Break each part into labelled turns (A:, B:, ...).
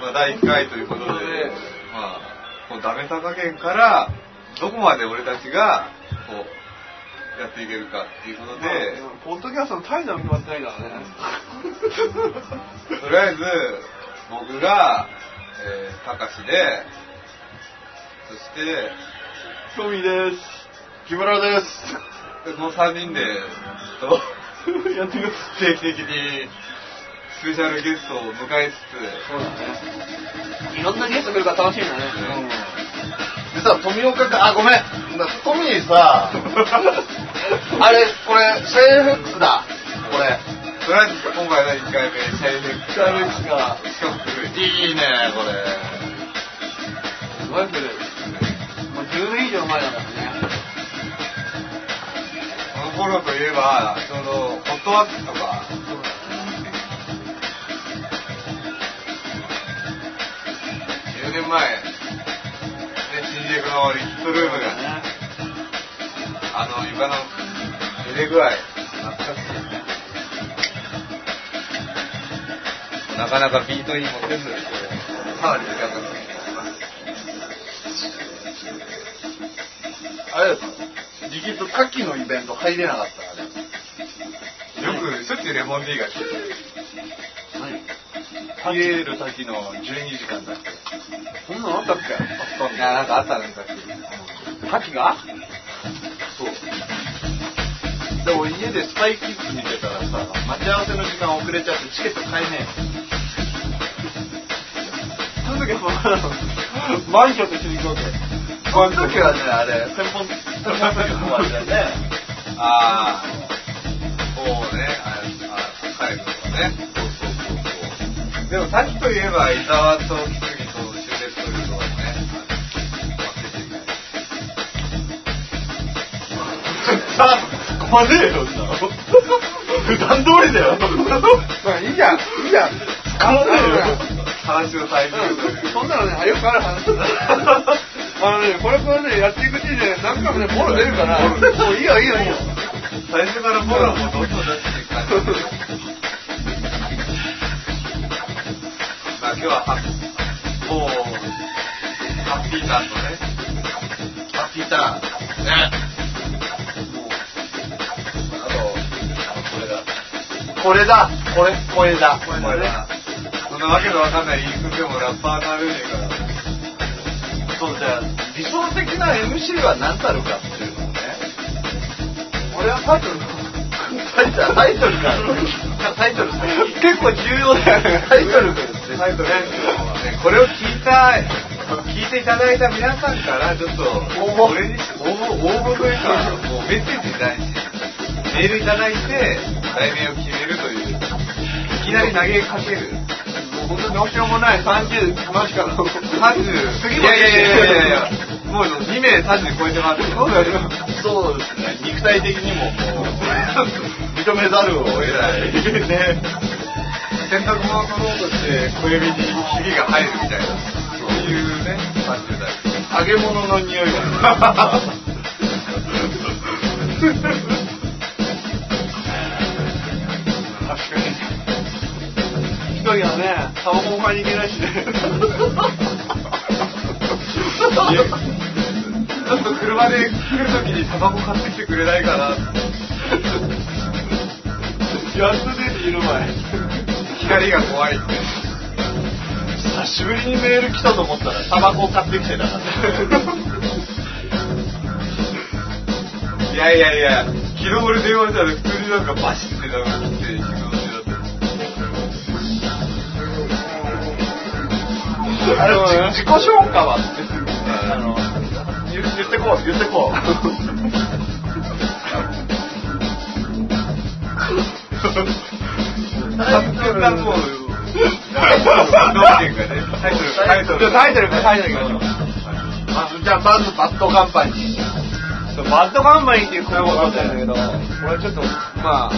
A: まあ、第1回ということで、まあ、このダメさ加減から、どこまで俺たちが、こう、やっていけるかっていうことで、
B: ポッドキャストのタイトルも決まってないから ね。
A: とりあえず、僕が、えー、たかしで、そして、
B: ひょみです。木村です。
A: この3人で、ちょっと、
B: やっていく
A: 定期的に、スペシャルゲストを迎えつつ、
B: そうだね。いろんなゲスト来るから楽しみだね。
C: 実は富岡かあごめんなトミーさあれこれシェーンフックスだこれ
A: とりあえず今回第1回目、シャイレック
B: シャイレックが
A: しかも古い。いいね、これ。
B: ワイフル、もう10年以上前だからね。
A: この頃といえば、ちょうど、ホットワッツとか、10年前、ね、新宿のリキッドルームが、
B: ね。
A: あの、床の揺れ具合、懐かしい。なかなかビートインもせず、さらに時間が過ぎていきます。
C: あれですリキッド夏季のイベント入れなかったあれ
A: よく、しょっちゅうレモンディーが来てる。
C: ピエール滝の12時間だっけ
B: そんなのあったっ
A: いや、なんかあったね、さっき。
B: けカキが
C: でも家でスパイキッズ見てたらさ待ち合わせの時間遅れちゃってチケット買えね
B: その時はもう、マンションと一緒に行くわ け。
C: えその時はねあれ先方先方の友達だよね
A: あー、そうね、あ、あ、高いのね。
C: そうそうそう
A: でも、さっきといえば、伊沢と木杉とシュレットルとかもね、あの忘れていない。
C: そうさあここまでよそんなの普段通りだよ
B: いいじゃん、いいじゃん。
C: 使わねえよ
A: 話を再現する。
B: そんなのね、よくある話だ。あのね、これからね、やっていくうちにね、何回もね、ボロ出るから、もういいよ、いいよ、いいよ。
A: 最初からボラもどんどん出していく感じ。まあ今日はハッもうハッピーターンとね、
C: あ、聞いた。ね。あと、これだ。これだ。これ、これだ。
A: お前らそんなわけのわかんない言い訳もラッパーになれねえから。
C: そうじゃあ、理想的な MC は何たるかっていうのをね。
B: 俺はタイトル
C: タイトル、タイトルか。タイトルさ。結構重要だよね。タイトルです
A: タイトルねこれを聞いた、聞いていただいた皆さんから、ちょっと、
C: 募
A: 俺に、応募、応募というか、もうメッセージに対して、メールいただいて、題名を決めるという、いきなり投げかける。
B: 本当にどうしようもない30、話から。
A: 30、いやいやいやいやいやもう2名30超えてます。そうだよ。
C: そうですね。肉体的にももう、認めざるを得ない。ね。
A: 洗濯物を取ろうとして、小指にひびが入るみたいな、そういうね、30代。
C: 揚げ物の匂いが。
B: 一人はね、タバコも買いに行けないしね。
A: ちょっと車で来るときにタバコ買ってきてくれないかな
B: 安出ている前。
A: 光が怖いって。
C: 久しぶりにメール来たと思ったらタバコ買ってきてなかった
A: いやいやいや、昨日俺電話したら普通になんかバシってなんか来て、昨日だった。
C: あれじ自己紹介はってあの言言ってこう言ってこう
A: タイトルがもう、どうっていうかね、タイトル、タイトル。
B: タイトルか、タイトルか。
C: まずじゃあまずバッドカンパニー
B: バッドカンパニーっていう声もあったんだけど、俺ちょっと、まあ、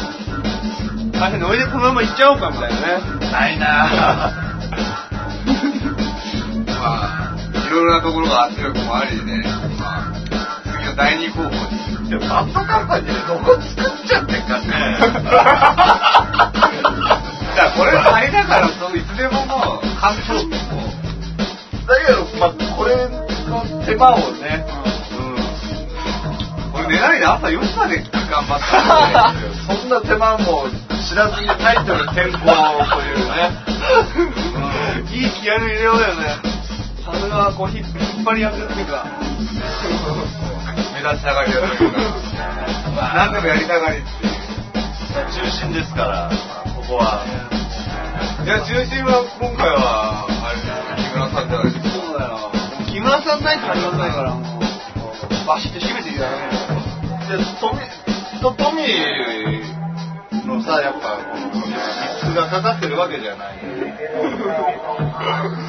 B: 最初においでこのまま行っちゃおうかみたいなね。
C: ないな
A: まあ、いろいろなところが圧力もありね、まあ、次の第二候補に。
C: ぁでもバッドカンパニーでどこ作っちゃってっかね
A: だからこれあれだから、そういつでももう、感想とこ
C: だけど、まあ、これの手間をね、
A: う俺寝ないで朝4時まで頑張ったんで
C: そんな手間も知らずにタイトル変更という ね。
B: いい気合いの入れようだよね。さすが、こう、引っ引っ張り役っていうか。
A: 目立ちたがりだったけど何でもやりたがりっていう
C: 中心ですから、ここは。
A: いや中心は今回はあれ木村さんじゃないですか
B: そうだよ。木村さんないと始まんないから、もう、バシッと締めていただかないと。
C: で、トミ、とトミーのさ、やっぱ、このリスクがかかってるわけじゃない。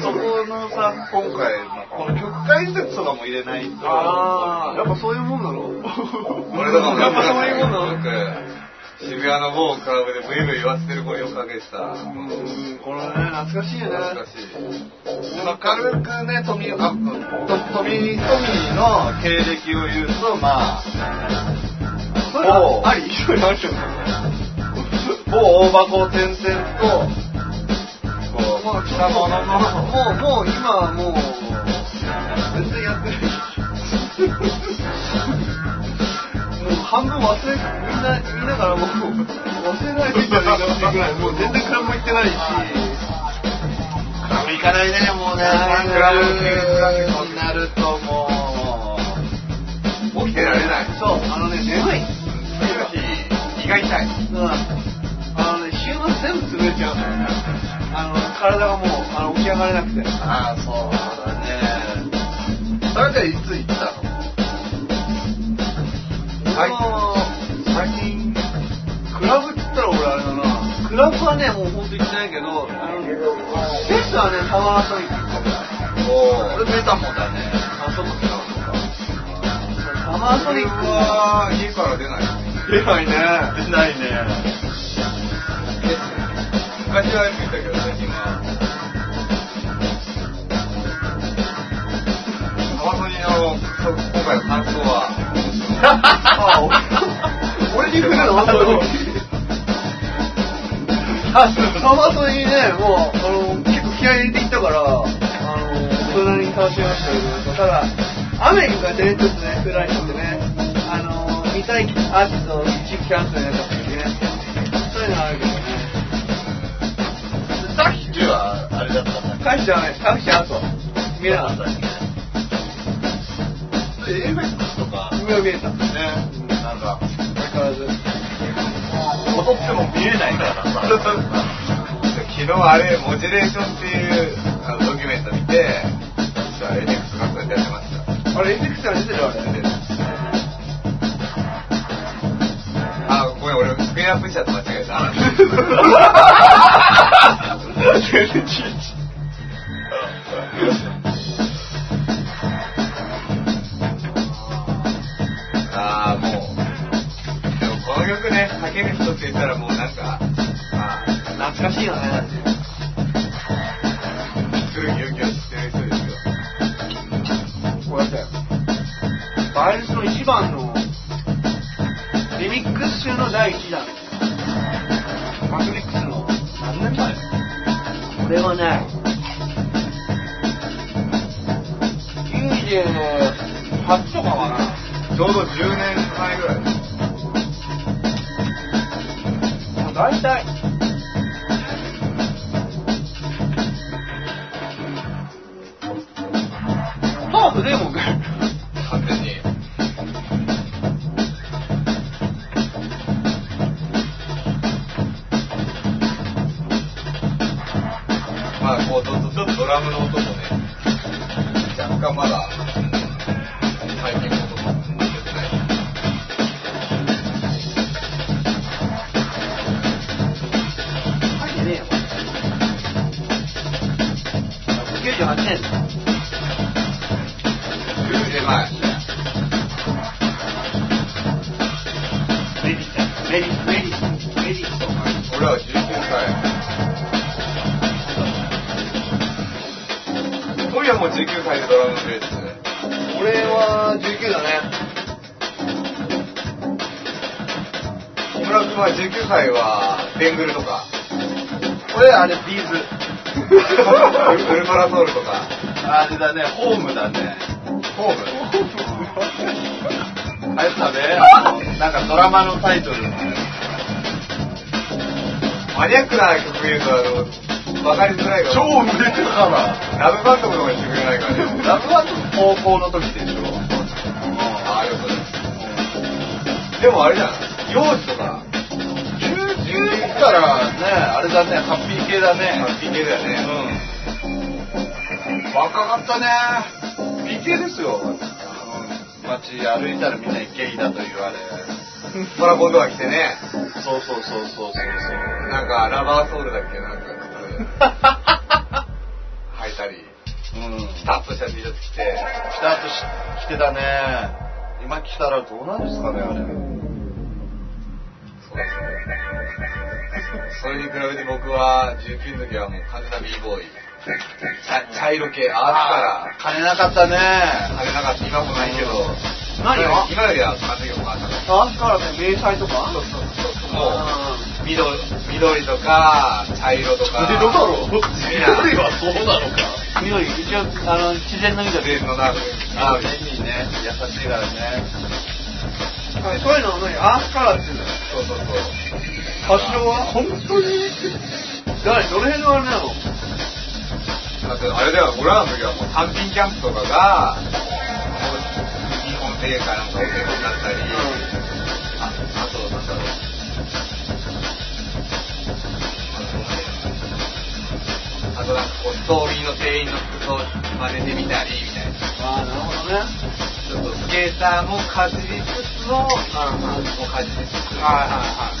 C: そこのさ、今回、まあこの曲解説とかも入れないと。
B: ああ、やっぱそういうもんだろ。
A: 俺だから
B: やっぱそういうもんだろ。
A: 渋谷の某クラブでブイブイ言わせてる声をかけてた
B: うん、これね、懐かしいよね。
A: 懐かしい
C: まあ、軽くね、トミー、あ、とトミー、トミーの経歴を言うと、まあ、
B: それは
C: おう
B: ありいろいろあるよね。
C: 某大箱を転々と、こう、
B: まあ、
C: 来たものの、
B: もう、もう、今はもう、全然やってない。もう半分忘れ、みんな、みんなからもう、忘れないでいただいたっていうぐらい、もう全然クラブも行ってないし、
C: 行かないね、もうね。
A: クラブ
C: になるとも
A: 起きてられない
B: そう、あのね、眠い。
A: 次の日胃が痛い
B: うん。あのね、週末全部潰れちゃう。あの、体がもう、あの、起き上がれなくて。
C: う、ああ、そうだね。それでいつ行ったの
A: はい
B: 最近クラブっつったら俺あれだなクラブはねもう本当行ってないけどあのスペースはねパワーソニック行ったから
C: お俺メタモだね。
B: あそうかそうかパワーソニックは
A: は家から出ない
B: 出ないね
C: 出ない ね。
A: 昔はよく行ったけど最近は川崎のそう今回の感想は
B: あ 俺に来るの
A: あの
B: あパワーソニックねもうあの結構気合い入れていったからあの大人に楽しみましたけどただ雨が出るとですねフライトってねあの見たいアーティスト一部キャンセルになっちゃった時ねそういうのはあるけどね
C: タッキーはあれだったんだっ
B: 返しちゃうね返しちゃうと
C: け
B: 見えなかった
C: っけ ?AFX とか、ね、
B: 上を見えた相
C: なんか、
B: 変わらず
C: 踊っても見えないからさ。
A: 昨日あれモジュレーションっていうあのドキュメント見て実はエレックス学校でやってました
B: あれエンディングから出てるあれ
A: あごめん俺スクリーンアップしちゃって間違えた
C: 全然ちいち。
A: ああもうでもこの曲ねかける人って言ったらもうなんかあー
B: 懐かしいよね
A: 古き良きを知ってる人ですよ
B: こうやってバイオリスの一番のリミックス集の第1弾マトリックスの何年前これはね98とかかな
A: ちょうど10年前ぐらい
B: もう大体ハーフでもんね
A: 完全にまあこうちょっとちょっとドラムの音もね若干まだ最近の音も抜けてない
B: 入ってねえよ98年
A: 10年前
B: メリットメリットメリットメリット
A: 俺らは19歳トミはもう19歳でドラムのベース
B: 俺は19だね
A: 小村君は19歳はベングルとか
C: 俺あれビーズ。
A: フルパラソールとか。
C: あれだね、ホームだね。
A: ホーム
C: あれ食べなんかドラマのタイトルの
A: マニアックな曲言うと、あの、わかりづらいから。
C: 超売れてたから。
A: ラブバンドとかにしてくれないからね。
C: ラブワード高校の時でしょ。
A: ああ、よかった。でもあれじゃん。幼児とか、
C: 19からね、あれだね、ハッピー系だね。
A: ハッピー系だよね
C: うん。若かったね。美系ですよ。街歩いたらみんなゲイだと言 われ。
A: トラコンとか来てね、
C: そうそうそうそうそうそう。
A: なんかラバーソールだっけ、なんか 靴履いたり、
C: うん。
A: ピタッとした T シャツ着て、
C: 来たとし、来てたね。今来たらどうなんですかね、あれ。
A: そうそれに比べて僕は19の時はもう完全な b ボーイ茶茶色系アー
C: あ
A: ツ
C: ー金なかったね。
A: からあれなかった今もないけど
B: 何を
A: 今よりは完全におかった
B: あ、だからね、迷彩とか
A: そうそうそうそうも
B: あ
A: う緑緑とか茶色とか
C: 緑はそうなのか。
B: ー緑、一応、あの、自然の緑。
A: 自然のな
C: あ
A: あ
C: ー、便利ね。優しいからね。
B: そういうのを何アースカラーって言うんだよ。
A: そうそうそう
B: 発祥は
C: 本当に
B: 誰、どの辺のあれなの
A: だってあれだよ俺らの時はもう単品キャンプとかがもう日本庭園かなんかお手本だったり、ああとなんだろうあとなんかこうストーリーの店員の服装真似てみたりみたいな
B: ああ、なるほどね。
A: ちょっとスケーターもかじりつつの
B: なるほど。
A: もうかじりつつ
B: はいはいはい。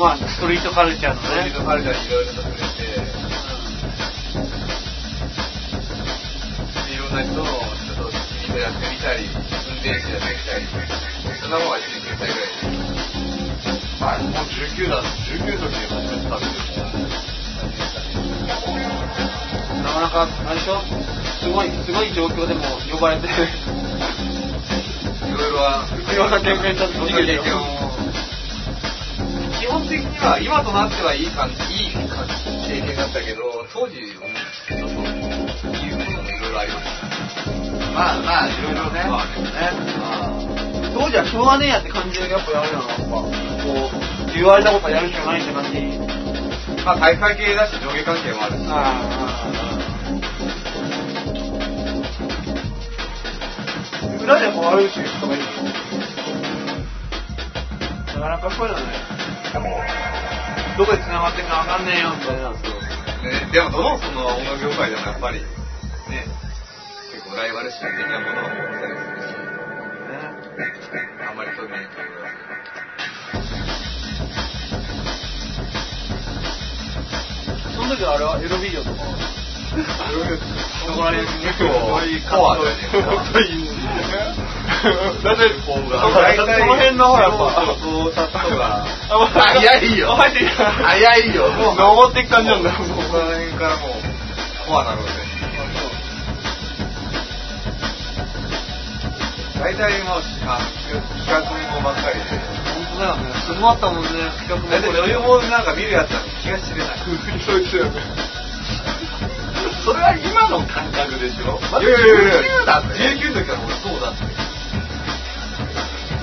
B: まあ、ストリートカルチャーの
A: ストリ
B: ね
A: ー。トカルチャーにいろいろと触れていろんな人のちょっと仕事やってみたり運転手やってみたりそんなもんは1年9歳ぐらいで
C: まあ、もう19だ、19の時に初めて食べてる
B: なかなか、あれでしょすごい、すごい状況でも呼ばれて、
A: いろいろはい
B: ろんな経験と
A: いろんな経験を基本的には今となってはいい感じいい感じ経験だったけど当時ちょっと言うこともいろいろありました
C: まあまあ、いろいろね。
A: まあね
B: 当時はしょうがねえやって感じで、やっぱやるよな、やっぱ。こう、言われたことはやるしかないって感じ。
A: まあ大会系だし上下関係もあるし
B: ああ。裏でも悪口言う人がいるのなかなかそういうのね。どこで繋がってるかわかんねえよみたいな。
A: ね、でもどのその音楽業界でもやっぱりね結構ライバル視的なものが起きたりする
B: ね
A: しあんまり興味ないと思います
B: その時はあれはエロビデオとかは。
A: そ
B: そ
A: こ
B: こ
A: ら
B: ら
A: 辺
B: 辺
A: 結
B: 結
A: 構
B: 構
A: コアだよね
C: 本当にいいね。なぜこうが。
A: そうか大
C: こ
A: 体
C: の辺のほら、やっ
A: そうそうそうチャットが
C: ぱ。早いよ。
B: 入ってきた
C: 早いよ。もう登っていく感じなんだ。
A: そこら辺からもうコアなので大体もうあ企画もばっかりで
B: 本当だよね。すごかったもんね。企画も
A: 大体
B: これ
A: 余裕もなんか見るやつは気が知れない
C: そうですよね。それは今の感覚でしょ。
A: いやいやいやいや
C: 19だって。
A: 19の時はもうそうだって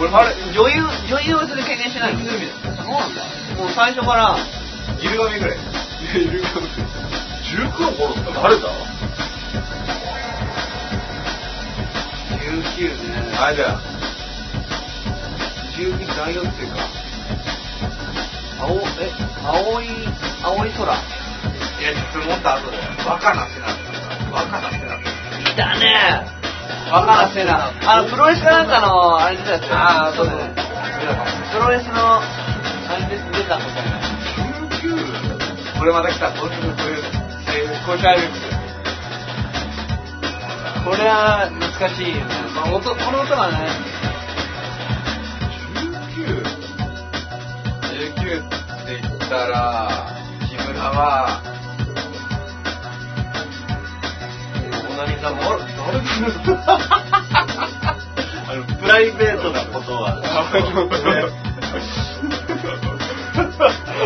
B: 俺あれ女優女優はそれ経験してないのそうなんだもう最初から
A: ギルガメぐらい
C: 19の頃って誰だ
B: 19ね
A: あれだよ
B: 19大学生か青え青い青い空
A: いや実もっと後だよ若菜瀬名ってさ若菜瀬名って
B: いたね若菜せなあプロレスかなんかのあれ出たやつああそうだねプロレスのあれです出たみたいな
A: これまた来たこういうこういうこういうタイミング
B: これは難しいよね、まあ、音この音がね
A: 19って言ったら木村は
B: おなみさんも
C: あのプライベートなことは。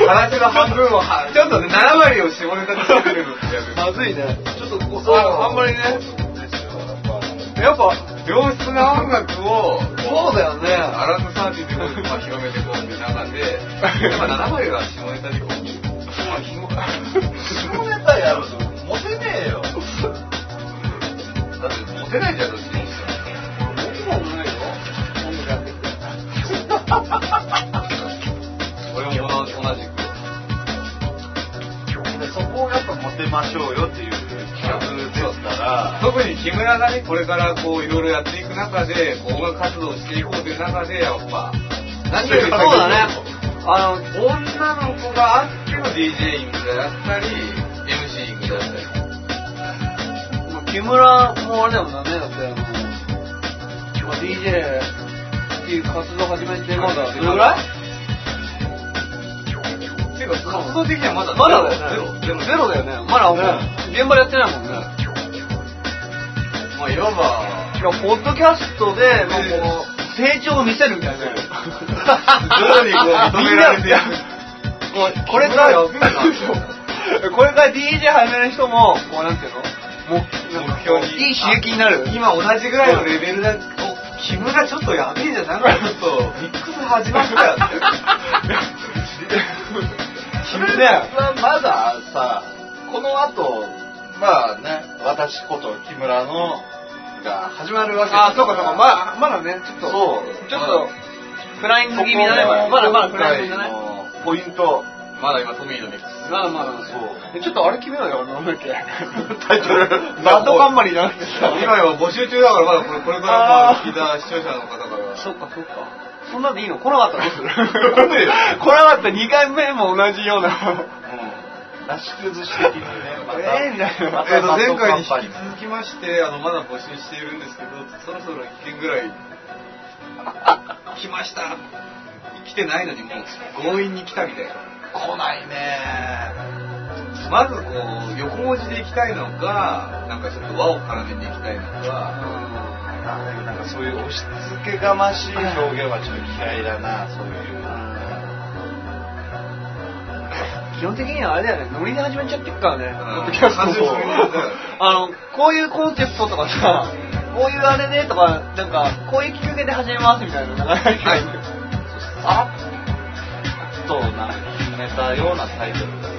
A: 話の半分をは、ちょっとね、7割を絞り出してくれるんですよ。
B: まずいね。ちょっとこ
A: そ
B: こ、
A: う
B: ああんまりね。
A: やっぱ、良質な音楽を、
B: そうだよね。
A: アランドサーティーでこうまあ広めてこうって中で、やっぱ7割は下ネタにこう、まあ、ひもか。
C: 下ネタやろモテねえよ
A: だって、モテないじゃん、どっちにしても。
B: 僕もないよ。音楽やってて
A: 俺も同じ同じく。
C: そこをやっぱモテましょうよっていう企画ですから
A: 特に木村がね、これからこう、いろいろやっていく中で、こう音楽活動していこうという中で、やっぱ、何より
B: そう
A: 先に
B: だね。あの、
A: 女の子があっての DJing だったり、MCing だったり。
B: もう木村もあれだもんね、だってあの、まあ、DJ っていう活動始めてまだ、どれぐらい
A: ていうか、活動的にはまだ
B: まだだよね。
A: ゼロ、ゼロ、ゼ
B: ゼ
A: ロ
B: ロだよね。まだ、現場でやってないもんね。
A: まあ、いわば、
B: いや、ポッドキャストで、もうこう、成長を見せるみたいな。徐々
A: にこう認められていく
B: もう、これから、
A: これからやるん
B: これから DJ 始める人も、こう、なんていうのもう
A: 目標に
B: いい刺激になる。
A: 今同じぐらいのレベルだ、お木村ちょっとやべえじゃん、なんかちょっと、ミックス始まったよって。
C: それはまださこの後まあね私こと木村のが始まるわけだ
B: あ、そうかそうか、まあ、まだね、ちょっと、
C: そう
B: ちょっと、フライング
C: こ
B: 気味だね、まだまだまだフ
C: 今
B: ライン
C: 回
B: グだね。
C: のポイント
A: まだ今、トミーのミックス。
B: まだまだ、そう。ちょっとあれ決めようよ、なんだっ け。
C: タイトル
B: バッドカンパニーじゃなくてさ。
A: 今は募集中だから、まだこれこれからまあ聞いた視聴者の方から。
B: そっかそっか。そんなんでいいの 来なかったらどうする
A: 来ねえよ
B: 来なかったら2回目も同じような。
C: うんなし崩し的にねまた
B: ええみたいな
C: ま
A: え
C: た
A: ーと
C: バッ
A: 前
C: ド
A: 回に
C: カン
A: 引
C: パニー
A: き続きましてあのまだ募集しているんですけどそろそろ1件ぐらい来ました来てないのにもう強引に来たみたいな
C: 来ないね
A: まずこう横文字で行きたいのかなんかちょっと輪を絡めていきたいのか
C: なんかそういう押し付けがましい表現はちょっと嫌いだなそういう
B: 基本的にはあれだよね、ノリで始めちゃってっからね、
A: ん
B: ポッドキャスト
A: 完全に
B: も
A: ノリだよね。
B: あの、こういうコンセプトとかさ、こういうあれでとか、なんか、こういうきっかけで始めますみたいなのがない
A: は
B: から。
A: い
C: さらっとな決めたようなタイトルだ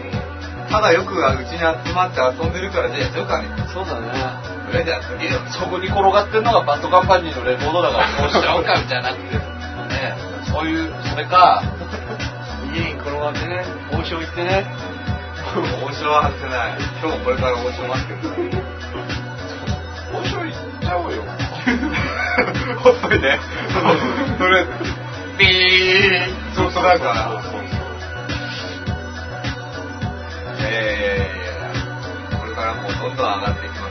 A: ただよくはうちに集まって遊んでるからじゃあやっちゃうかね
B: そうだね。
A: それじゃあ次の
C: そこに転がってるのがバッドカンパニーのレコードだからどうしちゃおうかみたいなくてねそういうそれか
B: 家に転がってね、王将行ってね。
A: 面白はってない今日もこれから面白待ってる
C: 面白いっちゃおうよ
A: ほっといてとりあえずビーンちょっとなんかいやいやいやいやこれからもうどんどん上がっていきま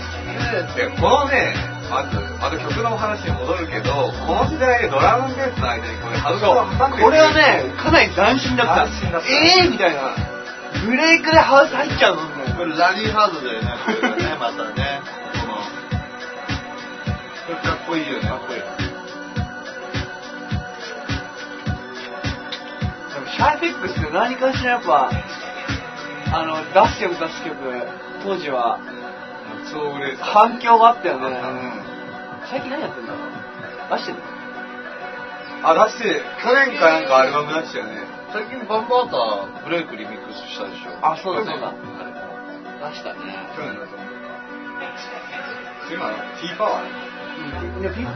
A: すからね。で、このね、まず、また曲のお話に戻るけど、この時代でドラムンベースの間にこれ、ハウスを挟んで
B: これはね、、かなり斬新だった。
A: 斬新だった
B: ええー、みたいな。ブレイクでハウス入っちゃうのみたいな
C: これラニーハードだよねこれがねまたねこのこれかっこいいよねかっこいい
B: でもシャイフェックスって何かしらやっぱ、あの、出す曲出す曲、当時は
A: 超嬉しい。
B: 反響があったよね。
C: うん
B: 最近何やってんだろう出してんの
A: あ、出して、去年かなんかアルバム出したよね。
C: 最近バンバーターブレイクリミックスしたでしょ
B: あそうだそうだ
C: だ出したね
A: 去年だと思う。今の、T パワーね
B: いや、ピピン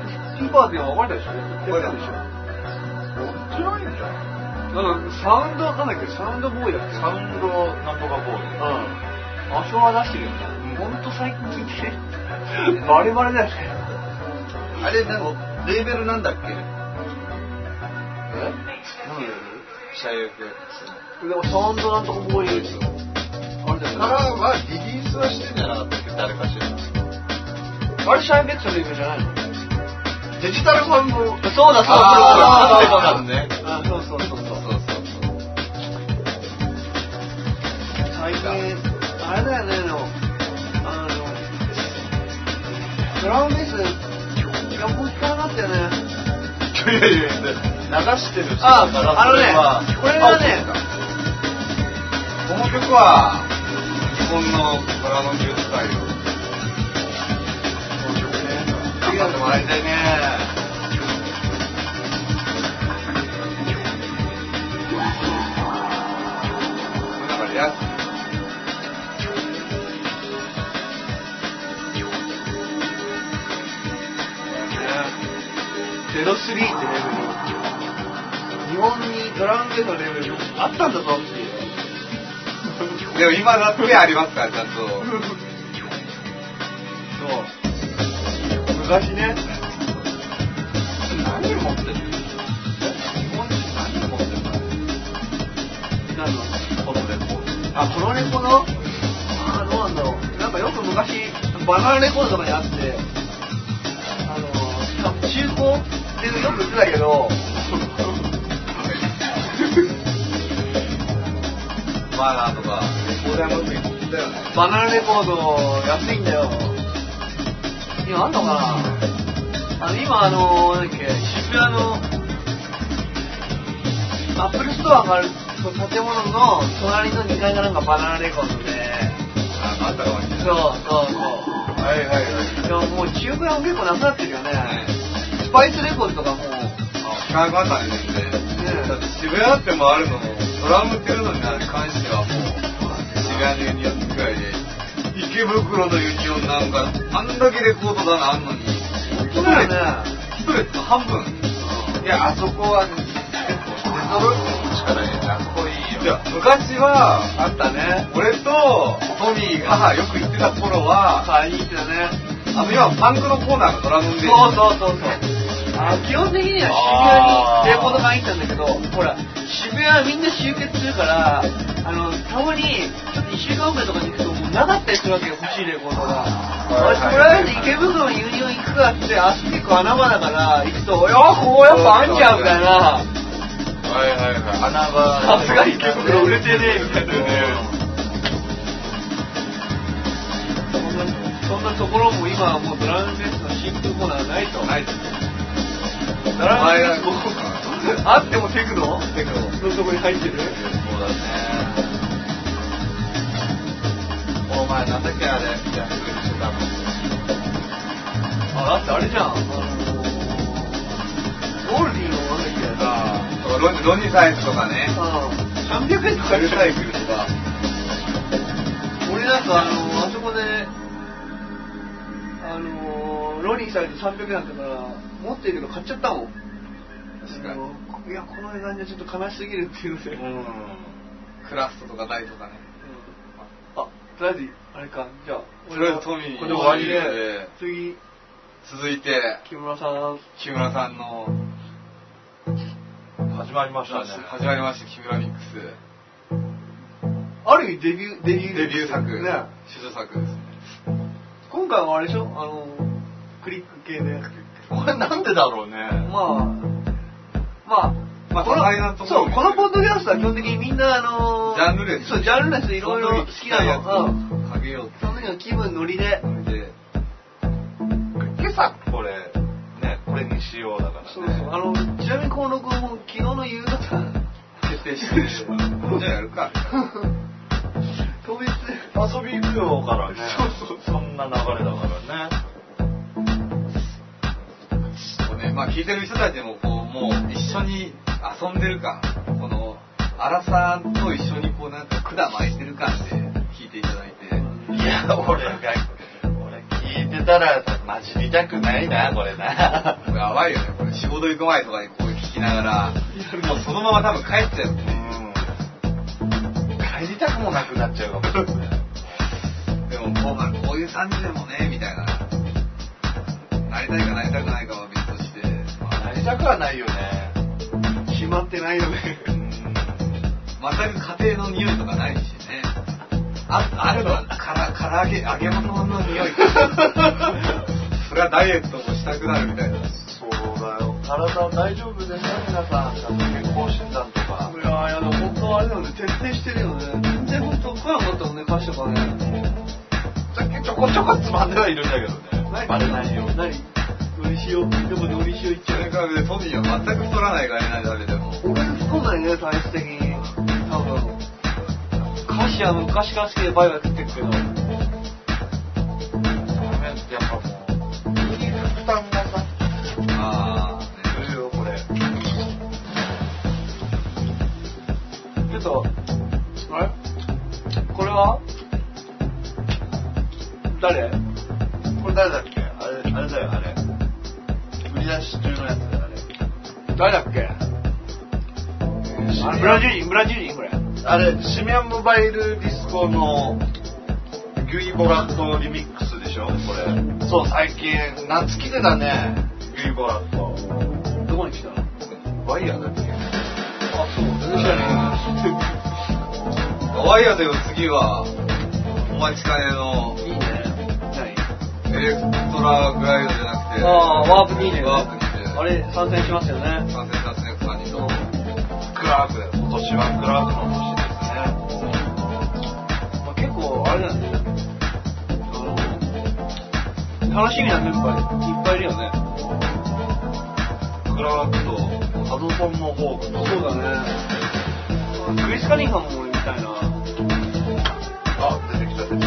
B: パーって分かれたでしょ
A: 覚えたでしょ
C: 面白いんじゃん
B: うん、サウンドわかんないけど、サウンドボーイだっけ
C: サウンドなんとかボ
B: う
C: ーイ
B: ん。場所は出してるよね。ほんと最近聞いて、バレバレだよね。
C: あれなんかレーベルなんだっけ
B: え
C: 社役
B: でもサウンドなんとかボーイあれだ
C: か
B: よ
C: ら
B: ね。
C: はリリースはしてんじゃなかったっけ誰かしら
B: あれシャインベックスのレベルじゃないの
C: デジタル版
B: そ
C: も
B: うだそうだ
C: あ
B: そうだ
C: ーそうだね
B: あそうそうそうそう
A: そうそうそう。
B: 最近あれだよねでもあのドラムベースよく聞かなかったよね
C: 聞いやいやいや、流してる人
B: あ
C: だから、
B: あのね
C: そ
B: これ
C: れ
B: は
C: は
B: ね
A: この曲は、日本のバラの牛スタイル。この曲ね。頑張ってもらいたいね。だからや
B: ゼロスリーってレベル。日本にドラムベースのレベルあったんだぞっていう。
A: でも今だってありますから、ちゃんと。
B: そう。昔ね。
A: 何持ってる日本人何持ってる
B: 何の
A: このレコード。
B: あ、このレコードあーどうなんだろう。なんかよく昔、バナナレコードとかにあって、あのー、中古でよく売ってたけど、
A: バーナーとか、レコーダーの時に行ったよね。
B: バナナレコード安いんだよ。今あんのかなあの、今あのー、なんだっけ、渋谷の、アップルストアがある建物の隣の2階がなんかバナナレコードで、
A: ああったかもしれない。
B: そうそうそう。
C: はいはいはい。
B: でももう中古屋も結構なくなってるよね。スパイスレコードとかもう、
A: 機械がされてて、だって渋谷って回るのも、ドラムっていうのに関してはもう、渋谷のユニオンくらいで、池袋のユニオンなんか、あんだけレコードだな、あんのに、
B: 本当だよね。
A: ストレスの半分。いや、あそこは、結構、デトロイトしかないね。あそこいいよ。いや、昔は、
B: あったね。
A: 俺とトミーがよく行ってた頃は、
B: 買いに行ってたね。
A: あの、今、パンクのコーナーがドラム
B: そう
A: で、
B: そうそうそう。あ基本的には渋谷にレコード買いに行ったんだけど、ほら、渋谷はみんな集結するから、あの、たまに、ちょっと1週間遅れとかに行くと、もうなかったりするわけよ、欲しいレコードが。
C: はい
B: 私、とりあえず池袋のユニオン行くかっつって、あそこ結構穴場だから、行くと、おやここやっぱあんじゃんみたいな。
C: はいはいはい。穴場。
B: さすが池袋売れてねえみたいな
C: ね。
B: そんなそんなところも今はもうドラムベースの新風コーナーないと。
A: ないです
B: ドラムベースも あってもテクノ
A: だけど、
B: のとこに入って
A: そう
B: る
A: だね。お前なんだっけあれ、ヤフーしてたの。
B: あ、だってあれじゃん。あのゴールディのなんだっけ
A: ああ、ロニロニサイズとかね。
B: な。うん。300円とか
A: フル
B: で
A: サイクルとか。
B: 俺なんかあの、あそこで、あの、ロニーされて300円だったから、持ってるけど買っちゃったもん。
A: 確かに。
B: あのいや、この値段じゃちょっと悲しすぎるっていうので。
A: うん。クラフトとかダイとかね。
B: あ、とりあえず、あれか、じゃあ、
A: とりあえずトミー
B: これで終わり
A: トミー
B: で
A: で、
B: 次、
A: 続いて、
B: 木村さん、
A: 木村さんの、
C: 始まりましたね。
A: 始まりました、木村ミックス。
B: ある意味デビュー、デビュー、
A: デビュー作、
B: ね。
A: 主女作ですね。
B: 今回はあれでしょあの、クリック系で。
C: これなんでだろうね。
B: まあ、まあ、
A: まあ
B: この
A: 多彩なところ
B: そう、このポッドキャストは基本的にみんな、あのー
A: ジャンルレス
B: そう、ジャンルレスいろいろ好きな
A: や
B: の。うん。
A: つあげよう
B: その時の気分、ノリで。
A: って。で、
C: 今朝これ、ね、これにしようだからね。
B: そうそう。あの、ちなみに、この子も昨日の夕方、
A: 決定して、じゃあやるか。
B: 当日、
C: 遊び行くよからね。そうそう。そんな流れだからね。
A: こうね、まあ聞いてる人たちもこうもう一緒に遊んでるかこの荒さんと一緒にこうなんか管巻いてる感で聞いていただいて、
C: いや、俺が、俺聞いてたら、真面目たくないな、これな。
A: これやばいよねこれ仕事行く前とかにこう聞きながらもうそのまま多分帰っちゃう
C: う。ん。帰りたくもなくなっちゃうかもしれない。
A: でもこうまあこういう感じでもねみたいななりたいかなりたくないかは別として、まあ
C: なりたくはないよね。
B: 決まってないよね。
A: 全く家庭の匂いとかないしねああればからから揚げ揚げ物の匂いそれはダイエットもしたくなるみたいな
C: そうだよ。体大丈夫ですか皆さん。ちゃんと健康診断とか。
B: いやいや、でも本当あれだよね、徹底してるよね。全然本当、声もったもんね、歌詞とかね。
C: さっきちょこちょこつまんではいるんだけどね。
B: 何
C: バレないように。
B: 何のり塩でものり塩いっちゃう
A: 金額でトミーは全く取らないからね、誰でも。
B: 俺太んないね体質的に多分菓子は昔から好きでバイバイ食ってるけど
C: やっぱもう、負担がさ、
A: ああ、寝るよ、これ。
B: ちょっとあれこれは誰
C: これ誰だっけあれ、あれだよ、あれ。売り出し中のやつだよ、あれ。
B: 誰だっけあれブラジル人ブラジル人これ
C: あれ、シミアンモバイルディスコのギュイボラットリミックスでしょこれ。そう、最近、夏来てたね。ギュイボラット。
B: どこに来たの
C: ワイヤーだっけ
B: あそう知
A: ワイヤーだよ、次は。お待ちかねの、
B: らないいいね
A: エレクトラガイドじゃなくて、
B: 何ああワープ2ね
A: ワープにて、
B: あれ参戦しますよね
A: 参戦達成さんにと、
C: クラブだよ。今年はクラブの年ですね。
B: まあ、結構あれなんだよあの楽しみなメンバーいっぱいいるよね
C: クラブと、佐藤さんもホーク
B: そ
C: と、
B: うだねクリス・カニンハムも俺みたいな
C: あ、出てきた、出てきた。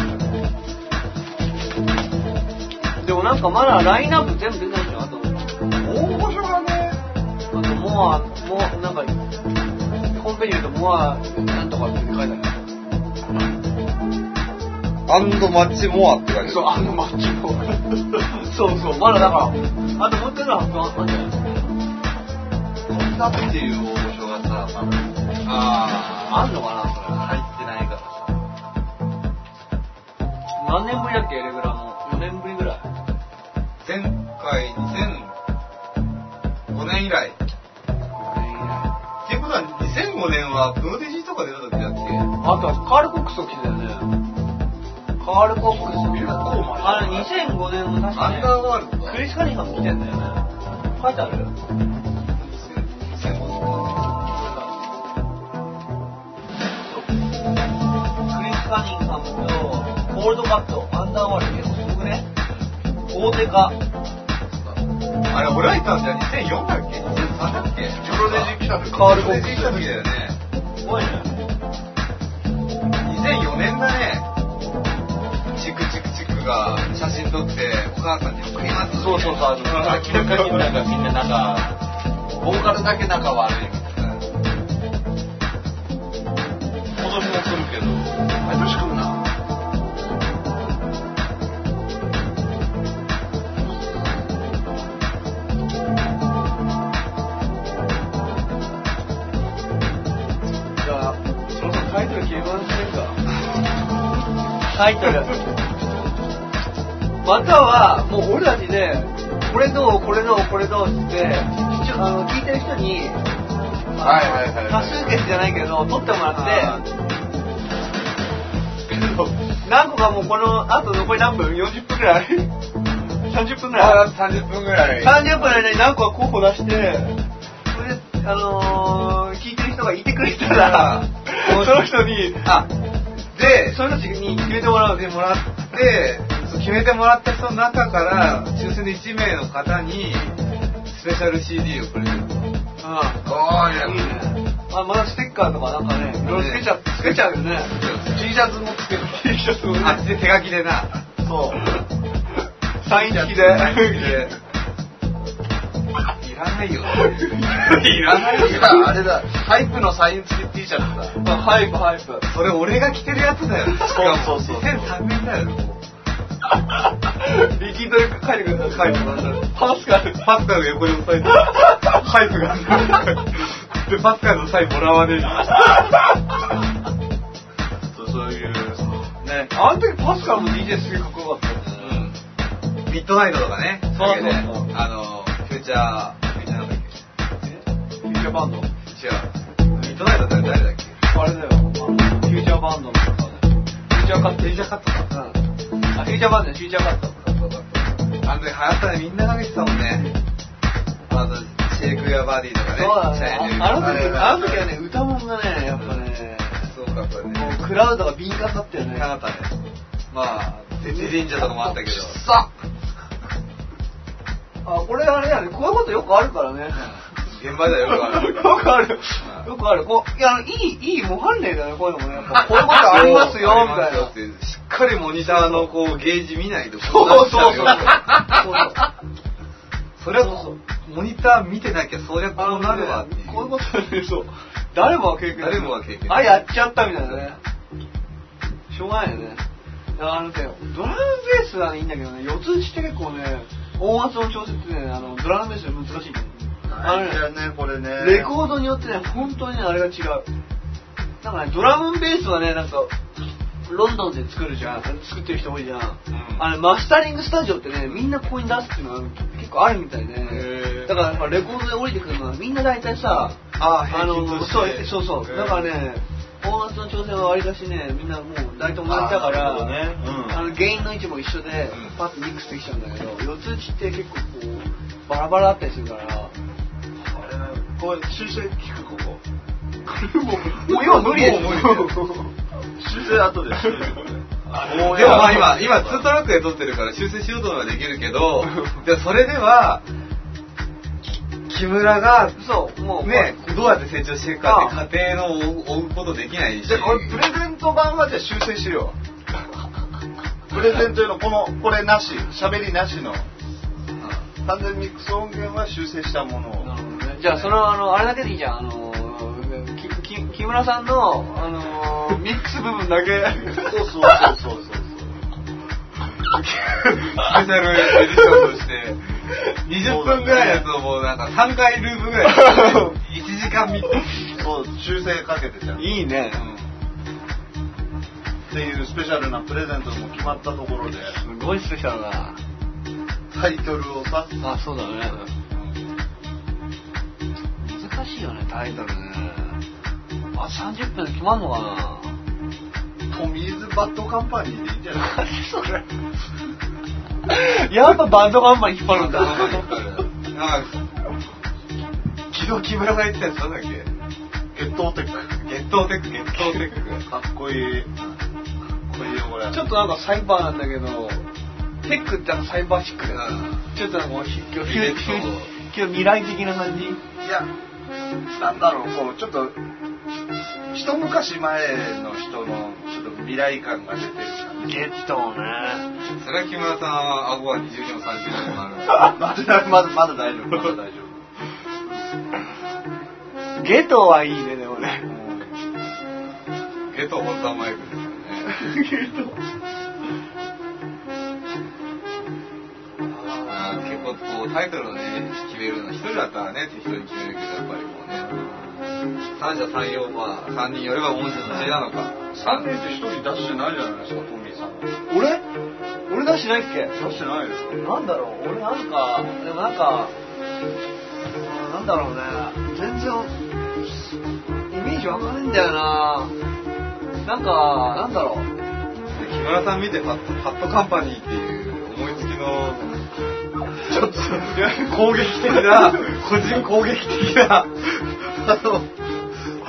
B: でもなんかまだラインナップ全部出てないんだよあと
C: 大御所がね、
B: あとモアモアなんかホームページ見るとモアなんとかって書いてある
A: アンドマッチモアって書いて
B: そう、あのマッチ棒。そうそう、まだだから、あともう一回ぐらい発表あったんじゃない
C: こんなっていう大御所がさ、まだ
A: あ
B: あんのか
C: 入ってないからさ。
B: な、それ。何年ぶりだっけ、レギュラーも。4年ぶりぐらい。
A: あ、前回2005年以来。っていうことは2005年はプロデジーとか出た時だっけ
B: あとはカール・コックスを来てたよね。カール・コックス、
C: ビルドコーマン
B: あの、2005年の確か
A: ア
B: ね
A: ンダーワールドか
B: クリス・カニカも来てんだよね。書いてある
A: 2005
B: クリス・カニンハムとコールドカット、アンダーワールド、結構すごくね。大手か。
A: 年あれ、オライターじゃ2004だっけ ?2003 だっけ
C: プロデジー来た時
B: カール
A: プ
B: コ
A: ロデ
B: ック
A: ジー
B: ス
A: 来た時だよね。
B: すごいね。
A: 2004年だね。チクチクチクが写真撮ってお母さんに送ります。
B: そうそうそう、あの、明らかになんかみんななんか、
C: ボーカルだけ仲悪いみたいな。子供も来るけど、毎年来るな。
B: じゃあ、そろそろタイトル決めませんか。タイトル。または、もう俺たちで、これどう、これどう、これどうって、ちょあの、聞いてる人に、
C: はいはいはいはい
B: 多数決じゃないけど、取ってもら って、
C: ビルド
B: 何個かもうこの、あと残り何分 ?40 分くらい ?30 分くらい
A: ああ、30分ぐらい。
B: 30分の間に何個か候補出して、それで、あのー、聞いてる人がいてくれた ら、その人に、
A: あ、で、
B: その人たちに決めてもらう
A: でもらって、そう決めてもらった人の中から、抽選で1名の方に、スペシャル CD をくれる。
B: う
C: ああ、いや、
B: ん。いいね。あ、まだステッカーとかなんかね、いろいろつけちゃう、つけちゃうよね。
C: T シャツもつける。
B: T シャツも
A: あっちで手書きでな。
C: そう。
B: サイン付きで。
A: サイン付きで。いらないよ。いらないよ。
C: 今、あれだ、ハイプのサイン付き T シャツだ。
B: まあハイプ、ハイプ。
A: それ俺が着てるやつだよ。
C: そうそうそう
A: 2003年だよ。
B: リキッドで書いてください、書いてください。
A: パスカル、パスカル横に押さえて、ハイプが。 で、パスカルのサインもらわねえし
C: そうそういう、
A: ね。
B: あの時パスカルも DJ すげえかっこよかったよね。
A: ミッドナイトとかね。
B: そうそうそう
A: だけであの、フューチャー、フューチャーなんだっけ
B: えフューチャーバンド
A: 違う。ミッドナイトだって誰だっけ
B: あれだよ、あのフューチャーバンドの中で。フューチャーカット、フューチャーカットか。うん。あ、フューチャーバンドね、フューチャーカット。
A: あの時流行ったね、みんなが見てたもんね。あと、シェイク・ヤバディとかね。シャイニング
B: ああの時、
A: とか
B: あの時はね、歌もんがね、やっぱね、
A: すごかったね。
B: もうクラウドが敏感だったよね。
A: なかったね。まあ、デデリンジャとかもあったけど。
C: さ
B: あ、これあれだね。こういうことよくあるからね。
A: 現場ではよくある。
B: よくある。よくある。こう、いや、いい、いい模範例だね、こういうのもね。やっぱこういうことありますよ、みたいな。
A: みたいな。しっかりモニターのこうゲージ見ないと。
B: そうそ うそう。
A: そりゃこうモニター見てなきゃそりゃこうなるわっていう。
B: こうい うことね、そう。誰もが経験
A: 誰もが経験
B: あ、やっちゃったみたいなね。しょうがないよね。だからあのね、ドラムベースはいいんだけどね、四つ打ちって結構ね、音圧の調節ってね、あの、ドラムベースで難しいんだよね。あのね
C: あれだよね、これね。
B: レコードによってね、本当にね、あれが違う。なんかね、ドラムベースはね、なんか、ロンドンで作るじゃん。作ってる人多いじゃん。
A: ん
B: あれ、マスタリングスタジオってね、みんなここに出すっていうのが結構あるみたいね
A: へ。ー
B: だから、レコードで降りてくるのはみんな大体さ、
A: あー
B: あの
A: 平均とし
B: そう
A: て
B: そうそう。
A: へー
B: だからね、音圧の調整はわりかしね、みんなもう大体同じだか
C: あー
B: ら、
C: そうねうん
B: あの原因の位置も一緒で
A: う、ん
B: パッとミックスできちゃうんだけど、四つ打ちって結構こう、バラバラだったりするから、
C: あれだよこれ、修正聞く、ここ。
B: もう今無理です
A: もう無理
C: 修正後 で。
A: でもまあ今、今ツートラックで撮ってるから修正しようと思えばできるけ ど、じゃあそれでは、き木村が、
B: そう、もう。
A: ね、どうやって成長していくかって過程のを追う追うことできないし。
C: じゃあこれプレゼント版はじゃあ修正しよう。プレゼント用のこの、これなし、喋りなしの、完全ミックス音源は修正したもの
B: な
C: を。
B: るほどねじゃあ、その、あの、あれだけでいいじゃん。あのー、きき木村さんの、あのー、ミックス部分だけ。
C: そ うそうそうそうそう。
A: スペシャルエディションと して、20分ぐらいのやつをもうなんか3回ループぐらい、1時 間見て。
C: そう、修正かけてちゃう。
B: いいね
C: っていうスペシャルなプレゼントも決まったところで、
B: すごいスペシャルだ
C: タイトルをさ、
B: な。あ、そうだね。難しいよね、タイトルね。あ、30分で決まんのかな
C: トミーズバッドカンパニーでいいんじゃない
B: 何それ。 やっぱバンドがあんまり引っ張るんだ。
A: なんか、昨日木村が言ってたやつなんだっけ
C: 決闘テッ
A: 月頭テック、月頭テック。
C: ク。かっこいい。かっこいいよ、これ。
B: ちょっとなんかサイバーなんだけど、テックってなんかサイバーシックだな。ちょっとなんかもうひ今日、
A: ビビッ
B: 今
A: と
B: 日、今日未来的な感じ。
C: いや、なんだろう、こう、ちょっと、一昔前の人の、ちょっと未来感が出てる感
B: ゲットね。
A: それは木村さんは顎は20にも30にもなる。
C: じ。まだ、まだ、まだ大丈夫、まだ大丈夫。
B: ゲトはいいね、でもね。
A: ゲトボタンマイクですよね。
B: ゲト。
A: あー結構こうタイトルをね、決めるの、一人だったらね、適当に決めるけど、やっぱりもうね、三者三様、まあ、三人よればもう一つなのか。
C: 3人で1人出してないじゃないですか、トミーさん。出
B: 俺俺出してないっけ
C: してないですか
B: なんだろう、俺なんか、でもなんか、なんだろうね、全然、イメージわかんないんだよな。なんか、なんだろう。
A: で木村さん見てパッと、パッとカンパニーっていう思いつきの、ちょっと、攻撃的な、個人攻撃的な、あの、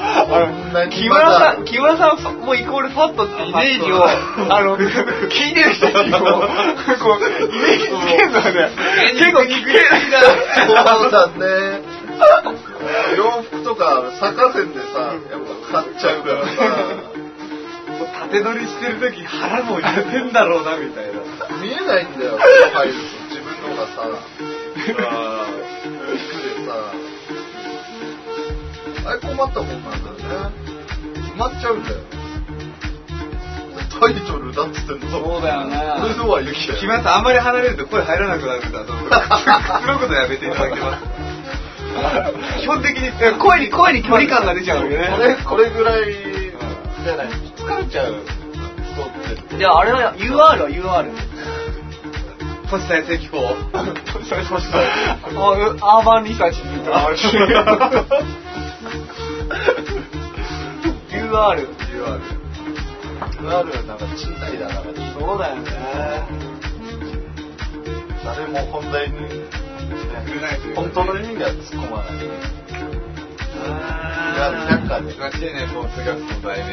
C: あの
B: 木村さん、木村さんはもうイコールファットってイメージを、あの、聞いてる人にこう、こう、イメージつけるのはね、結構聞け
C: そう
B: る。
C: だね。洋服とか咲かせてさ、やっぱ買っちゃうからさ、
A: 縦取りしてる時腹も揺れてんだろうな、みたいな。
C: 見えないんだよ、入ると自分のがさ、服でさ、あれ困ったもんなんだよね。決まっちゃうんだよ。タイトルだっつってんの
B: そうだよね
C: それでは雪だよ
A: 木村さんあんまり離れると声入らなくなるんだと思う。くどくのやめていただけます。基本的に
B: 声に、声に距離感が出ちゃうよ
C: こ
B: ね。
C: れ、これぐらいじゃない。疲れちゃう。
B: じゃああれは UR は UR。
A: 都市再生機構。都市再生機構。
B: あうアーバンリサーチに行ったら
A: UR。
B: UR。
C: なるなんか賃貸だから
B: そうだよね。
C: 誰も本題に、ね
A: 触れないというか
C: 本当の意味では突っ込まない。
B: うん
C: なんかね
A: 難しいね、この数学の題名。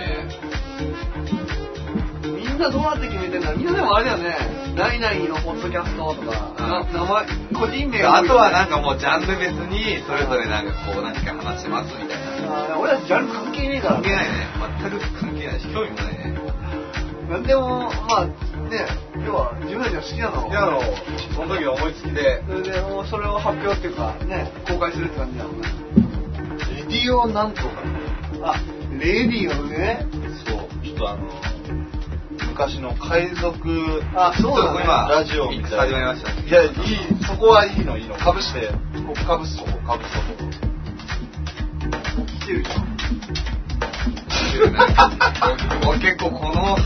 B: みんさ、どうやって決めてんだみんなでもあれだよね。何々のポッドキャストとか、な名前、個人名が
A: あ
B: 多い
A: と
B: よ
A: は
B: ね
A: なんかもうジャンル別にそれぞれなんかこう何か話しますみたいな
B: あー俺らジャンル関係ねえから
A: 関係ないね全く関係ないし興味もないね
B: なんでも、まあ、ね、要は自分たちが好きなのを
A: いやあのその時の思いつきで
B: それで、もうそれを発表っていうか、ね、公開するって感じだもんね。
C: レディオなんとか
B: あ、レディオね。
C: そうちょっとあの昔の海賊
B: あ、
A: ちょ
B: そ
A: っ
B: う
A: と
B: だね。
A: 今
C: ラジオ
A: ミッ
C: み
A: ク
C: た
A: ス
C: い
A: 始
C: な
A: まりました
C: いやいいそこはいいのいいのかぶしてここかぶすとこかぶすとこ
B: 来てるじゃん。
A: もう 結構この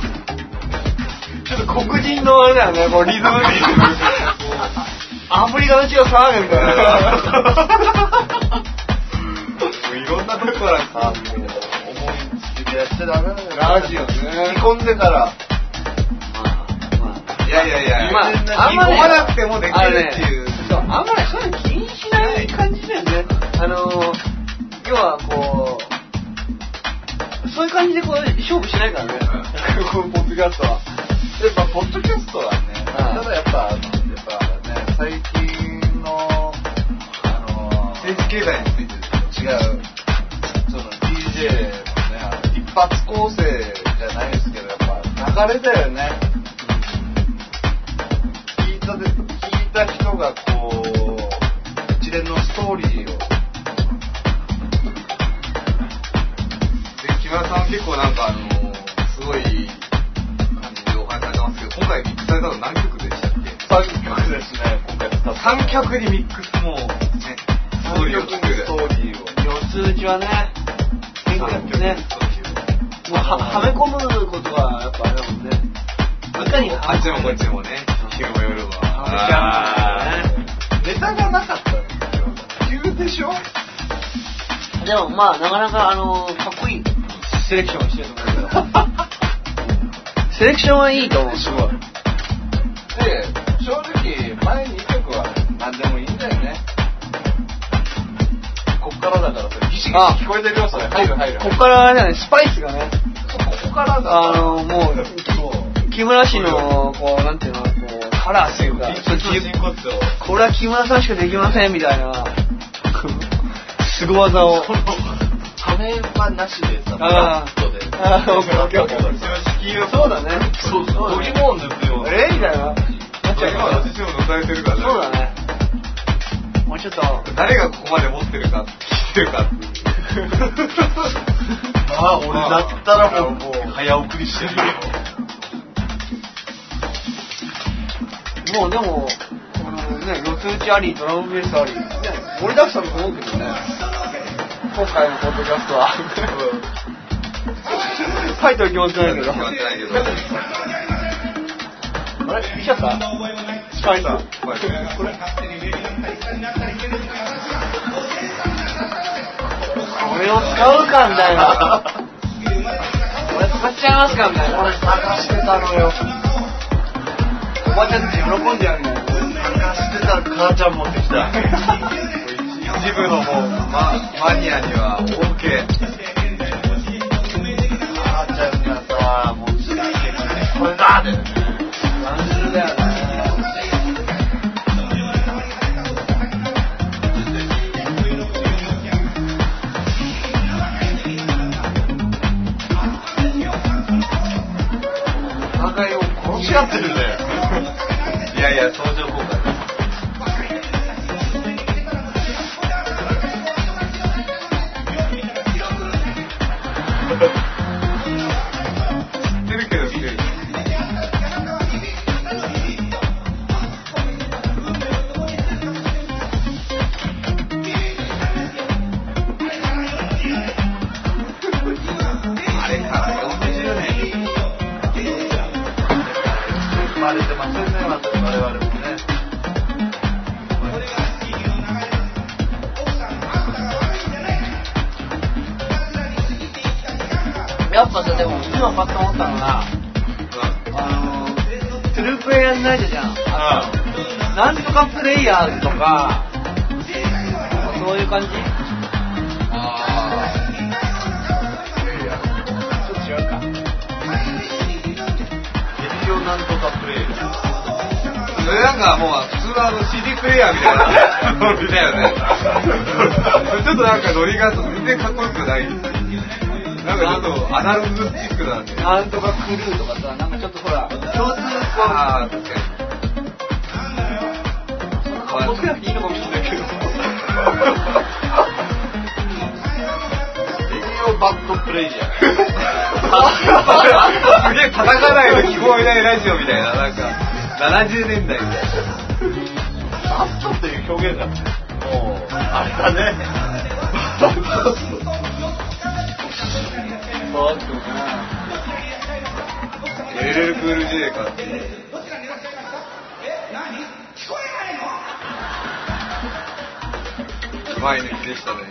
B: ちょっと黒人のあれだよね、こうリズムリズム。アフリカの血が騒ぐみたいな。
A: いろんなとこから
C: あもう思いつきでやっちゃダメだよラジオ
A: ね
C: 煮込んでから
A: いやいやいや、
B: まあ、あんまね
A: 思わなくてもできるっていう。
B: あのねそうあんまりそういうの気にしない感じだよね。あのー、要はこう、そういう感じでこう勝負しないからね。
C: このポッドキャストはやっぱポッドキャストはね
B: ああ
C: ただやっぱあのやっぱね最近のあの
A: 政治経済についてですよ。
C: 違う、その DJ のね、あの一発構成じゃないですけど、やっぱ流れだよね。聞いたで、聞いた人がこう、一連のストーリーを、
A: で、木村さんは結構なんかあのすごい感じでお話しされてますけど、今回ミックスされたの何曲でしたっけ
C: 三曲ですね、今回使った
A: 三曲にミックスもうね、ストーリーを聞く
C: ストーリーを。
B: 四つ打ちはね、結構ね、もうははめ込むことはやっぱあれだもんね。いかには
A: あっちもこっちもね、昼も夜も。
B: あー
C: ネタがなかったんですよ。急でしょ
B: でもまあ、なかなかあのー、かっこいいセレクションしてると思うけど。セレクションはいいと思う。
C: すごい。で、正直、前に曲は何でもいいんだよね。こっからだから、それ、ギシギシ
B: あ
C: 聞こえてるよ、それ。入る、入る。
B: こっからあれだね、スパイスがね、
C: そうここからだから。
B: あのもう
C: そう。
B: 木村氏の、こう、なんていうの、こう、カラーっていうか、
C: 人骨を。
B: これは木村さんしかできませんみたいな、すご技 を。
C: はめはなしでさ、
B: あ
C: フラットで。
B: あーオッケーオッケーオッケー
C: 後ろ敷居を
B: そうだね。
C: そうそう。ドギモを抜くような。
B: えみたいな。なっちゃう
A: 今
B: から。
A: 私も乗されてるから
B: そうだね。もうちょっと、
A: 誰がここまで持ってるか、切ってるかっていう。
C: ああ、俺だったらもう、もう早送りしてるよ。
B: もうでも、このね、四つ打ちあり、ドラムベースあり、ね、盛りだくさんだと思うけどね。今回のポッドキャストは。タイトル決まってないけど。
A: 決まってないけど。
B: あれ来ちゃったスパイさん。
A: これ
B: これを使うかみたいな。これ使っちゃいますかみたいな。これ探してたのよ。おばちゃんたち喜んじゃうよ。
C: 探してた母ちゃん持ってきた。
A: 一部のもう、ま、マニアには OK。
C: 母ちゃんがさ、もう、これだだよね。
B: 感じるだよね。
C: お互いを殺し合ってるんだよ。
A: いやいや、相乗効果ね。知ってるけど知ってる。あれから40年。
C: バレてませんね、また我々もね。
B: やっぱさ、でも、今パッと思ったのが、あのー、トゥループエアナイトじゃん。
A: あ
B: なんとかプレイヤーズとか、そういう感じち
A: あー。
B: ょっと違うか。
C: なんとかプレイヤー
A: なんかもう普通はあの CD プレイヤーみたいなノリだよねちょっとなんかノリが全然かっこよくないなんかちょっとアナログチックなんで
B: なんとかクルーとかさ、なんかちょっとほら、共通の
A: ああ確かに
B: こう、もうつけなくていいのかもしれないけど。
C: レディオバッドプレイヤー
A: すげえ叩かないと聞こえないラジオみたいななんか70年代みたいな
C: バッドっていう表現がもうあれだねバッ
B: そ
C: ド
B: うってことな。
A: エレレルクール J かっていううまい抜きでしたね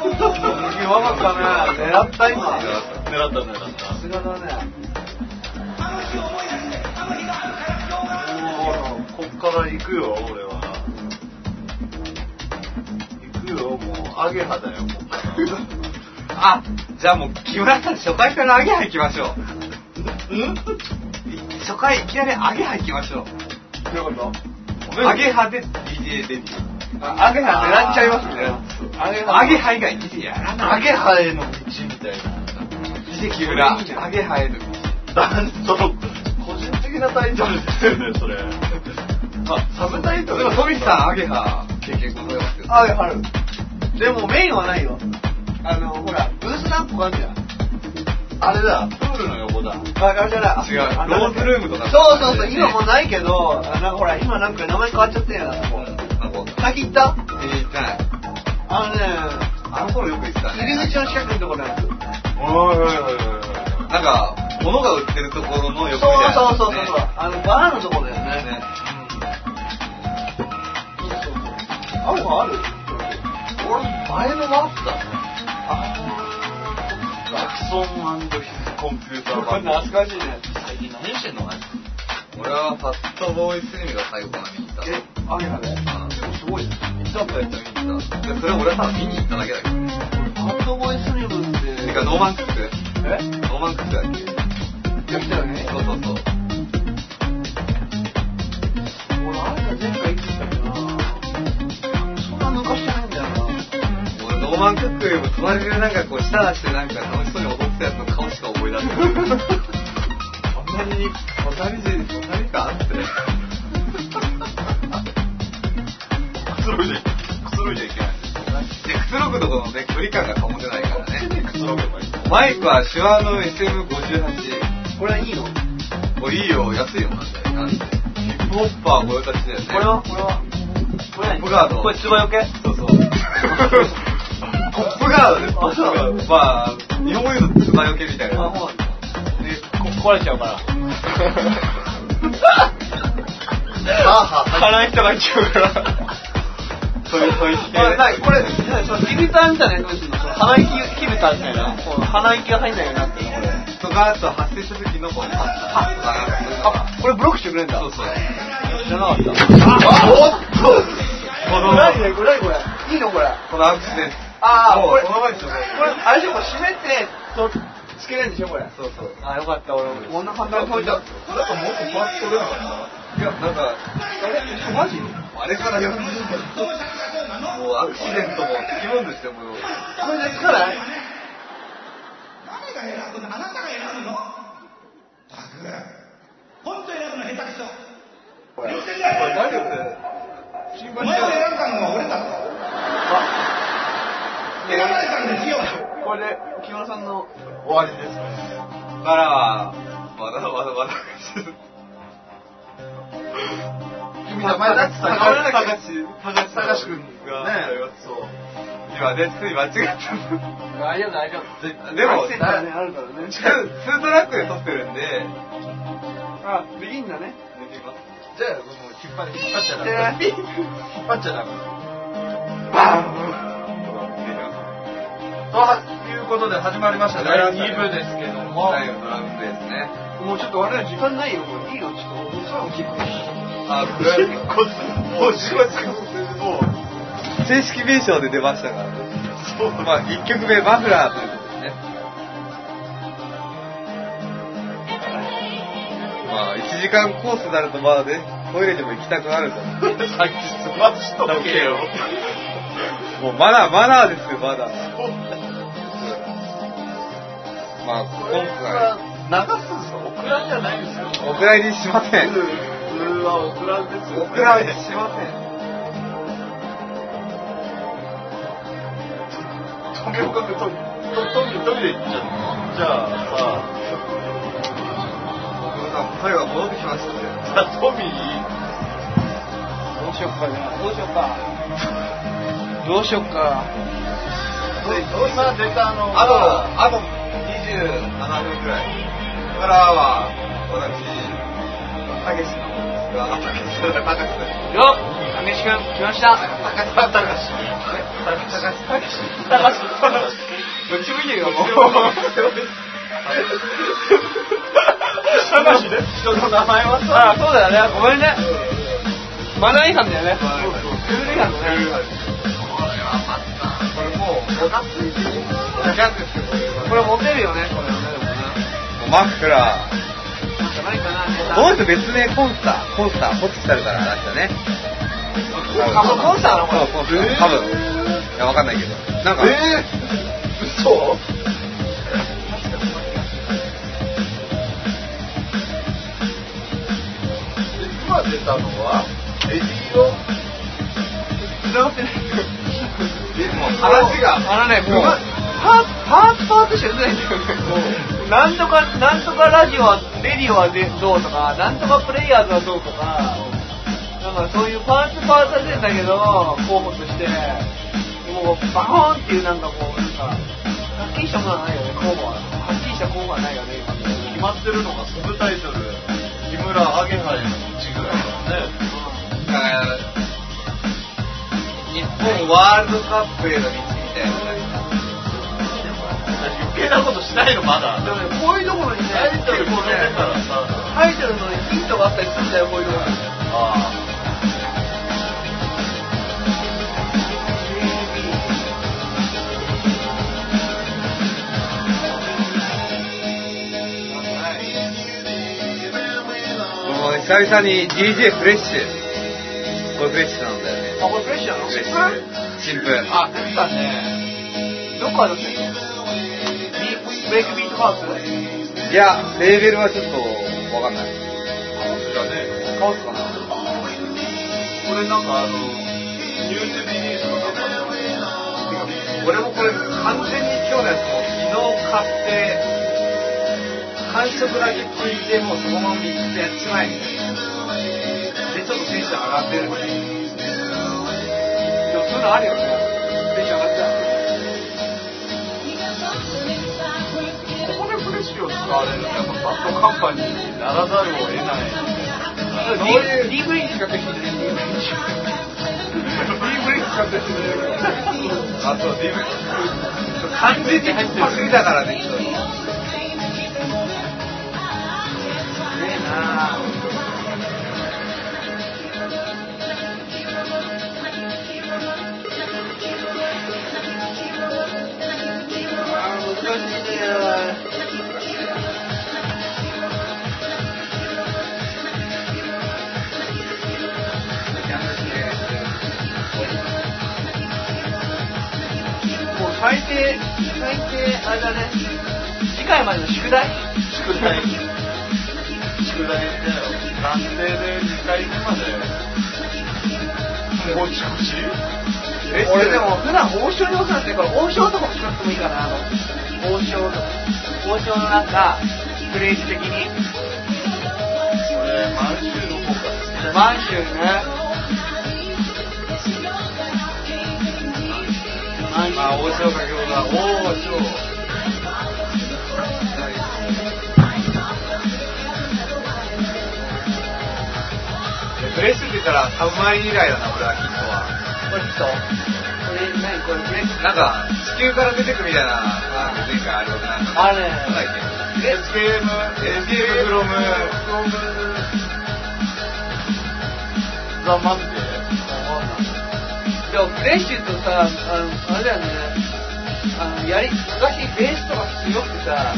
B: 弱かったね。狙った今。さ
C: 狙った狙った
B: すがだね。
C: もうこっから行くよ俺は行くよもうアゲハだよもう
A: あじゃあもう木村さん初回からアゲハ行きましょうん初回いきなりアゲハ行きましょう
B: どういうこと
A: アゲハで DJ デビュー
B: あアゲハ狙っちゃいますね。
A: アゲハアゲハ以外 DJ やらない
C: アゲハへの道みたいな
A: DJ 木村アゲハへの道
C: だその個人的なタイトルですよねそれあサブタイト
A: で
C: ル
A: も富士さんアゲハ経験ございますけど
B: アゲハある。でもメインはないよ。あの、ほら、ブース何個かあるじゃん。
C: あれだプールの横だ
B: ああれじゃない。
A: 違う
B: あなんだっけ
A: ローズルームとか
B: そうそうそう、今もうないけど、あなんかほら、今なんか名前変わっちゃったよな。
A: なんか
B: 先行った
A: 気に入ってない
B: あのね、
A: あの頃よく言ってたね
B: 入り口の近くのところだよ。
C: おいおいおいおい
A: なんか物が売ってるところの
B: そう
A: 横みたいな
B: そうそうそう。
A: ね
B: あの、バーのところだよね。
A: ね
B: あるある
C: 俺前のがあったね
B: あ、
C: ラクソンコンピューター版
B: 懐かしいね。
C: 最近何してんの
A: 俺はファットボーイスリムが最後かな見に行った
B: え、アゲハで。
A: うん
B: すごいね。
A: 行ったんだよ見に行ったでそれ俺は見に行っただけだけど
B: ハンドボイスリムって。
A: てかノーマンクック
B: え
A: ノーマンクックだっけ
B: やってたよね。
A: そうそうそう
B: 俺、アゲハ前回行ってたけどな。そんな抜かしてないんだよな。
A: 俺ノーマンクックよりも隣でなんかこう舌出してなんか楽しそうに踊ってたやつの顔しか思い出せないあんなに隣で隣かって
C: くつろいでくつろいでいけない
A: でくつろぐとこのね距離感が保てないからね
C: くつろげばいい
A: マイクは手話の SM58
B: これはいいの
A: おいいよ安いよなんだよなんでヒップホッパー御用達だよね
B: これはこれはこれ
A: ポップガード
B: これつばよけ
A: そうそうポップガードでポップガードまあ日本語言うとつばよけみたいな
B: あ
A: ね
B: 壊れちゃうから
A: あ
B: 辛い人が来うから
A: そういうそういう系
B: これないこれそのフィルターみたいなやつどうすんのその鼻息フィルターみたいなこの鼻息が入んないようになってるのこれ
A: とかあと発生した時のこうパッパ
B: あこれブロックしてくれんだ
A: そうそう
B: 知らなかった
A: あおっとこの
B: 何ねこれ何これいいのこれ
A: このアクシデント
B: ああこれ
A: この前でしょ
B: これあれでしょこれ閉めてとつけれるんでしょこれ
A: そうそう
B: あよかった俺もこんな簡単に解いた
A: なんかもっとパッと出なかったいやなんか
B: えマジ
A: あれから40分もうアクシデントもつきもんですよもう
B: これでつかない
D: 誰が選ぶのあなたが選ぶのたく本当選ぶの下手くそ
B: これ
D: 言ってんじゃね
A: 何を
D: えお前を選んだのは俺だぞ選ばれたんですよ
B: これで木村さんの
C: 終わりです
A: からはまだまだまだ
C: 君名前だって
A: 高橋高
C: 高橋高橋君がね
A: そう今ねつい間違った
B: 大丈夫大丈夫
A: で
B: でも
A: も
B: アクセントがねあるからね
A: ツートラックで撮ってるんで
B: あビギンだね
A: できます
C: じゃあもう引っ張り引っ張っちゃダメ
B: で
C: 引っ張っちゃダメということで始まりました第2部ですけども、
A: 第2トラックですね
B: もうちょっと俺ら時間ないよこれいいよちょっと俺さも結
A: あブラックもう4月もう正式名称で出ましたからそうまあ1曲目マフラーということですねまあ一1時間コースになるとまあねトイレでも行きたくなると
C: さっき済ましとけよ。
A: もうマナーマナーですよマナーまあ今回
C: 流すんすかオクラじゃないんですよ。
A: お蔵入りしません
C: 普通はオクラですよ。
A: お蔵入りしません
C: とにかくトイレ、トイレ、トイレ行っちゃう。じゃあさ。
A: トイレが戻ってきましたね
C: じゃあトミー、
B: どうしよっかなどうしよっかどうしよっか
C: 今出たの
A: あと
C: が、
A: あと27分くらいからは私たけしのあたけしたけし
B: よったけし君来ました
A: どっちもいいよもう
C: 話で人の名前は
B: あ
C: さ、
B: そうだよねごめんねマナー違反だよねルール違反だね
A: これもうおかしいギャグですよこれ
B: これモテるよねこれはねでもね
A: マックラ
B: なんかないかなネタ
A: この人別名コンスターコンスターホッチされたらあれだね
B: あもうコンスターなのこれ
A: そうコンスター多分いやわかんないけどなんか
C: えー、嘘今出たのは、エディオ
B: 繋がってない
A: もう話が
B: あのね
A: もう
B: パーツパーツしか出てないんだよねなんとかなんとかラジオはレディオはでどうとかなんとかプレイヤーズはどうとかなんかそういうパーツパーツは出てんだけど候補としてもうバコーンっていうなんかこうなんかはっきりしたものはないよね候補ははっきりした候補はないよね今
C: 決まってるのがサブタイトル、木村アゲハイの1ぐらいだね。
A: だから日本ワールドカップへの道みたいな
C: 余計なことしないの、まだ。
B: でもねこういうところにね
C: タイトル
B: 結構
C: これ出た
B: ね
C: らさ、
B: タイトルのねヒントがあったりするんだよこういうのが。
C: あ
A: もう久々に DJ フレッシュこれフレッシュなんだよね
B: あ、これフレッシュなの
A: フレッシュ新聞あ
B: あ、出たね。どこから出てんのビブレイクビートハウス
A: いやレーベルはちょっとわかんない
C: だね。
A: カオスかな
C: これなんかあの、ニュースリリースの中で、
A: 俺もこれ完全に今日のやつも昨日買って感触だけ聞いてもうそのまま3つやっちまえみたいなでちょっとテンション上がってるんで
B: でもそういうのあるよね。フレッシュ上がっちゃう。
C: ここでフレッシュを使われると、やっぱバッドカンパニーにならざるを得ない。
A: そういう
B: D ブリしか出てない。D ブリしか出てない。
A: あそう DV
B: 完全に入ってる。
A: パクリだからねちょっと
B: ねえなああー難しいねもう最低最低あれだね次回までの宿題
C: 宿題。宿題だよ。暫定で2回目まで。もちこち
B: 俺でも普段王将にお世話になってるから王将とかもしなくてもいいかなあの王将とか王将のなんかフレーズ的に
C: それ、満州の方からですね。
B: 満州ね満
A: まあ王将かけほどは王将フレッシュって言ったらサブマリン以来だな俺はきっとは
B: これちょっとこれ何これフレーズ
A: なんか地球から出てくみたいなあ前回あれだなんか
B: あれ
A: なんだっ
B: え
C: SKM、
A: SKM
C: SKM フロム、ザ・マンデー。
B: でもフレッシュとさあのあれだよねあのやり昔ベースとか強くてさ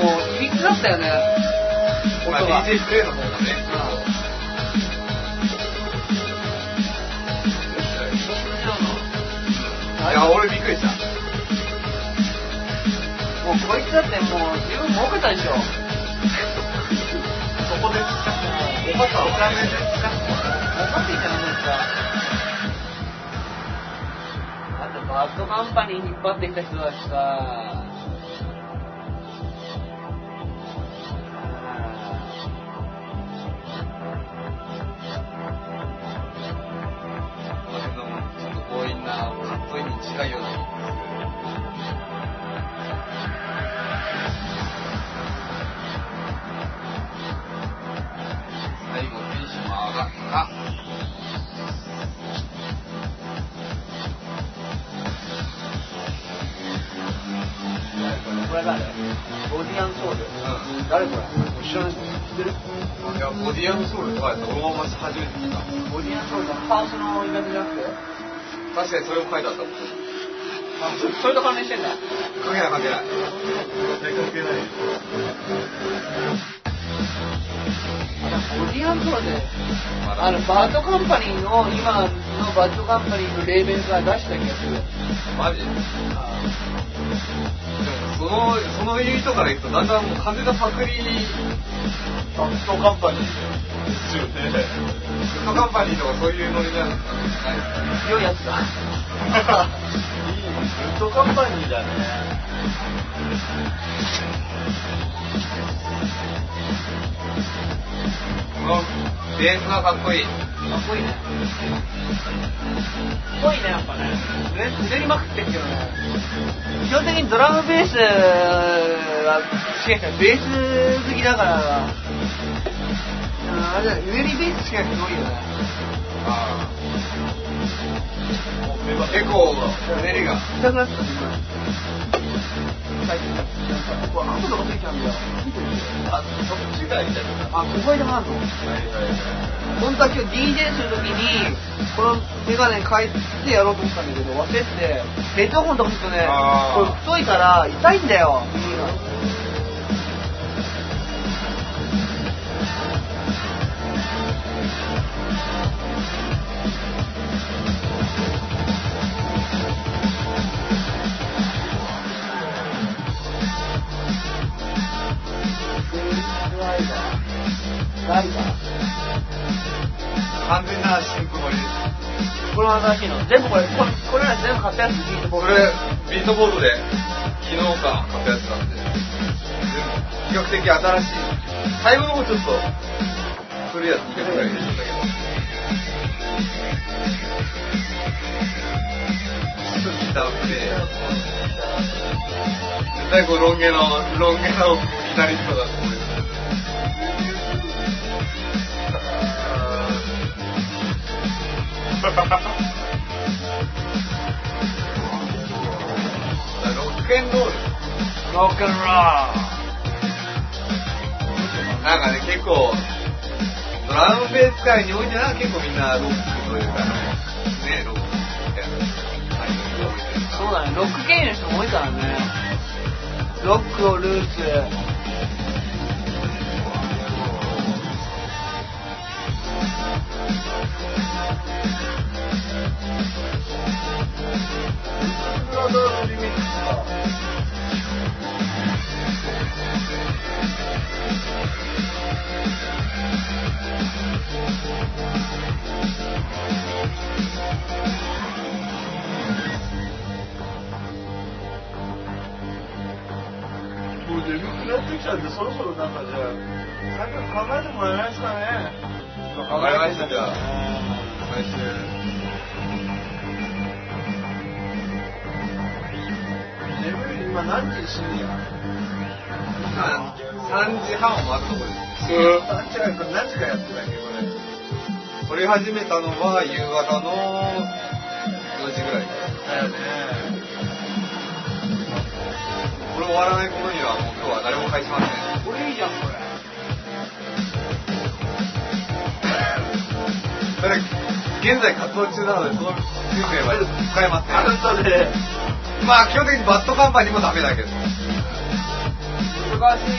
B: もう秘密だったよね
A: ま
B: 音が
A: あ、DJ プレイの方がね。いや、俺びっくりした。
B: もうこいつだってもう十分儲けたでしょ
A: そこで使って、おばさんお金で使って。
B: 儲かっていたのですかあとバッドカンパニー引っ張ってきた人だしさ
A: この辺のちょっと強引な、カットインに近いような。最後、テンションが上がった。
B: これ誰ボディアンソウル
A: う
B: 誰これ知らない人知ってる
A: ん。いや、ボディアンソウルとかやったら、俺もまず初めて聞いた。
B: ボディアンソウルのパーソの言い方じゃなくて
A: 確かにそれも書いてあったもん。関
B: あそそれと関連してんだ
A: 係ない関係ない。
C: 絶対関係ないよ
B: ボディアンソウルで
A: まだ
B: あのバッドカンパニーの今のバッドカンパニーのレーベンが出した気がする
A: マジでもその、その言う人から言うと、だんだんもう風のパクリ、
C: ファクトカンパニーですよね
A: グッドカンパニーとかそういうノリなんですかね。
B: 強いやつだ
C: いいねグッドカンパニーだね
A: このベースがかっこいい。
B: かっこいいねかっこいいねやっぱねね滑りまくってるけどね基本的にドラムベースはしかしベース好きだからうんあれだよゆえりベースしかすごいよね
A: あ
C: もう
A: あ
C: メバ
A: エコーのうねりが。
B: 痛くなってたね今最近なんかここアンドがついちゃうんだよ見てる
C: あそっちがいいじゃない
B: あここでもあんの
C: はいはいはい
B: 本当は今日 DJ するときにこのメガネ変えてやろうと思ったんだけど忘れててヘッドホンとかするとね
A: あ
B: こ
A: ー
B: れ太いから痛いんだよ耳がライバーライバー
A: 完全なシンクロリです。
B: これは新しいの全部これこれこれら全部買ったやつビートボ
A: こ
B: ー
A: れ
B: ル、
A: ビートボードで昨日か買ったやつなんで、でも比較的新しい。最後の方ちょっと、古いやつ2曲ぐらい入れてたけど。ちょっとギタープレイ絶対こうロン毛の、ロン毛のギタリストだと思います。ロックエンロール
B: ロックンロー
A: なんかね、結構、ドラムベース界においては結構みんなロックというか、ね、ロックみたいな感じが多いというか
B: そうだねロック経由の人も多いからねロックをルーツ
C: ブラザーズリミックスかもう眠くなってきたんでそろそろなんかじゃあ作業考えてもらえないですかね
A: わかりましたじゃ
C: あ
A: 毎週
C: 眠い今何時に死ぬや
A: さん3時半を待つとこですね。
C: あ違うこれ何時かやってたっけこ
A: 撮
C: れ
A: り始めたのは夕方の4時ぐらいです。
C: だよね
A: これ終わらないことにはもう今日は誰も返しません。
B: これいいじゃんこれ
A: それ現在活動中なので、その人生は使えません。
C: あなたで
A: まあ基本的にバットカンパニーもダメだけど。
B: 難しいね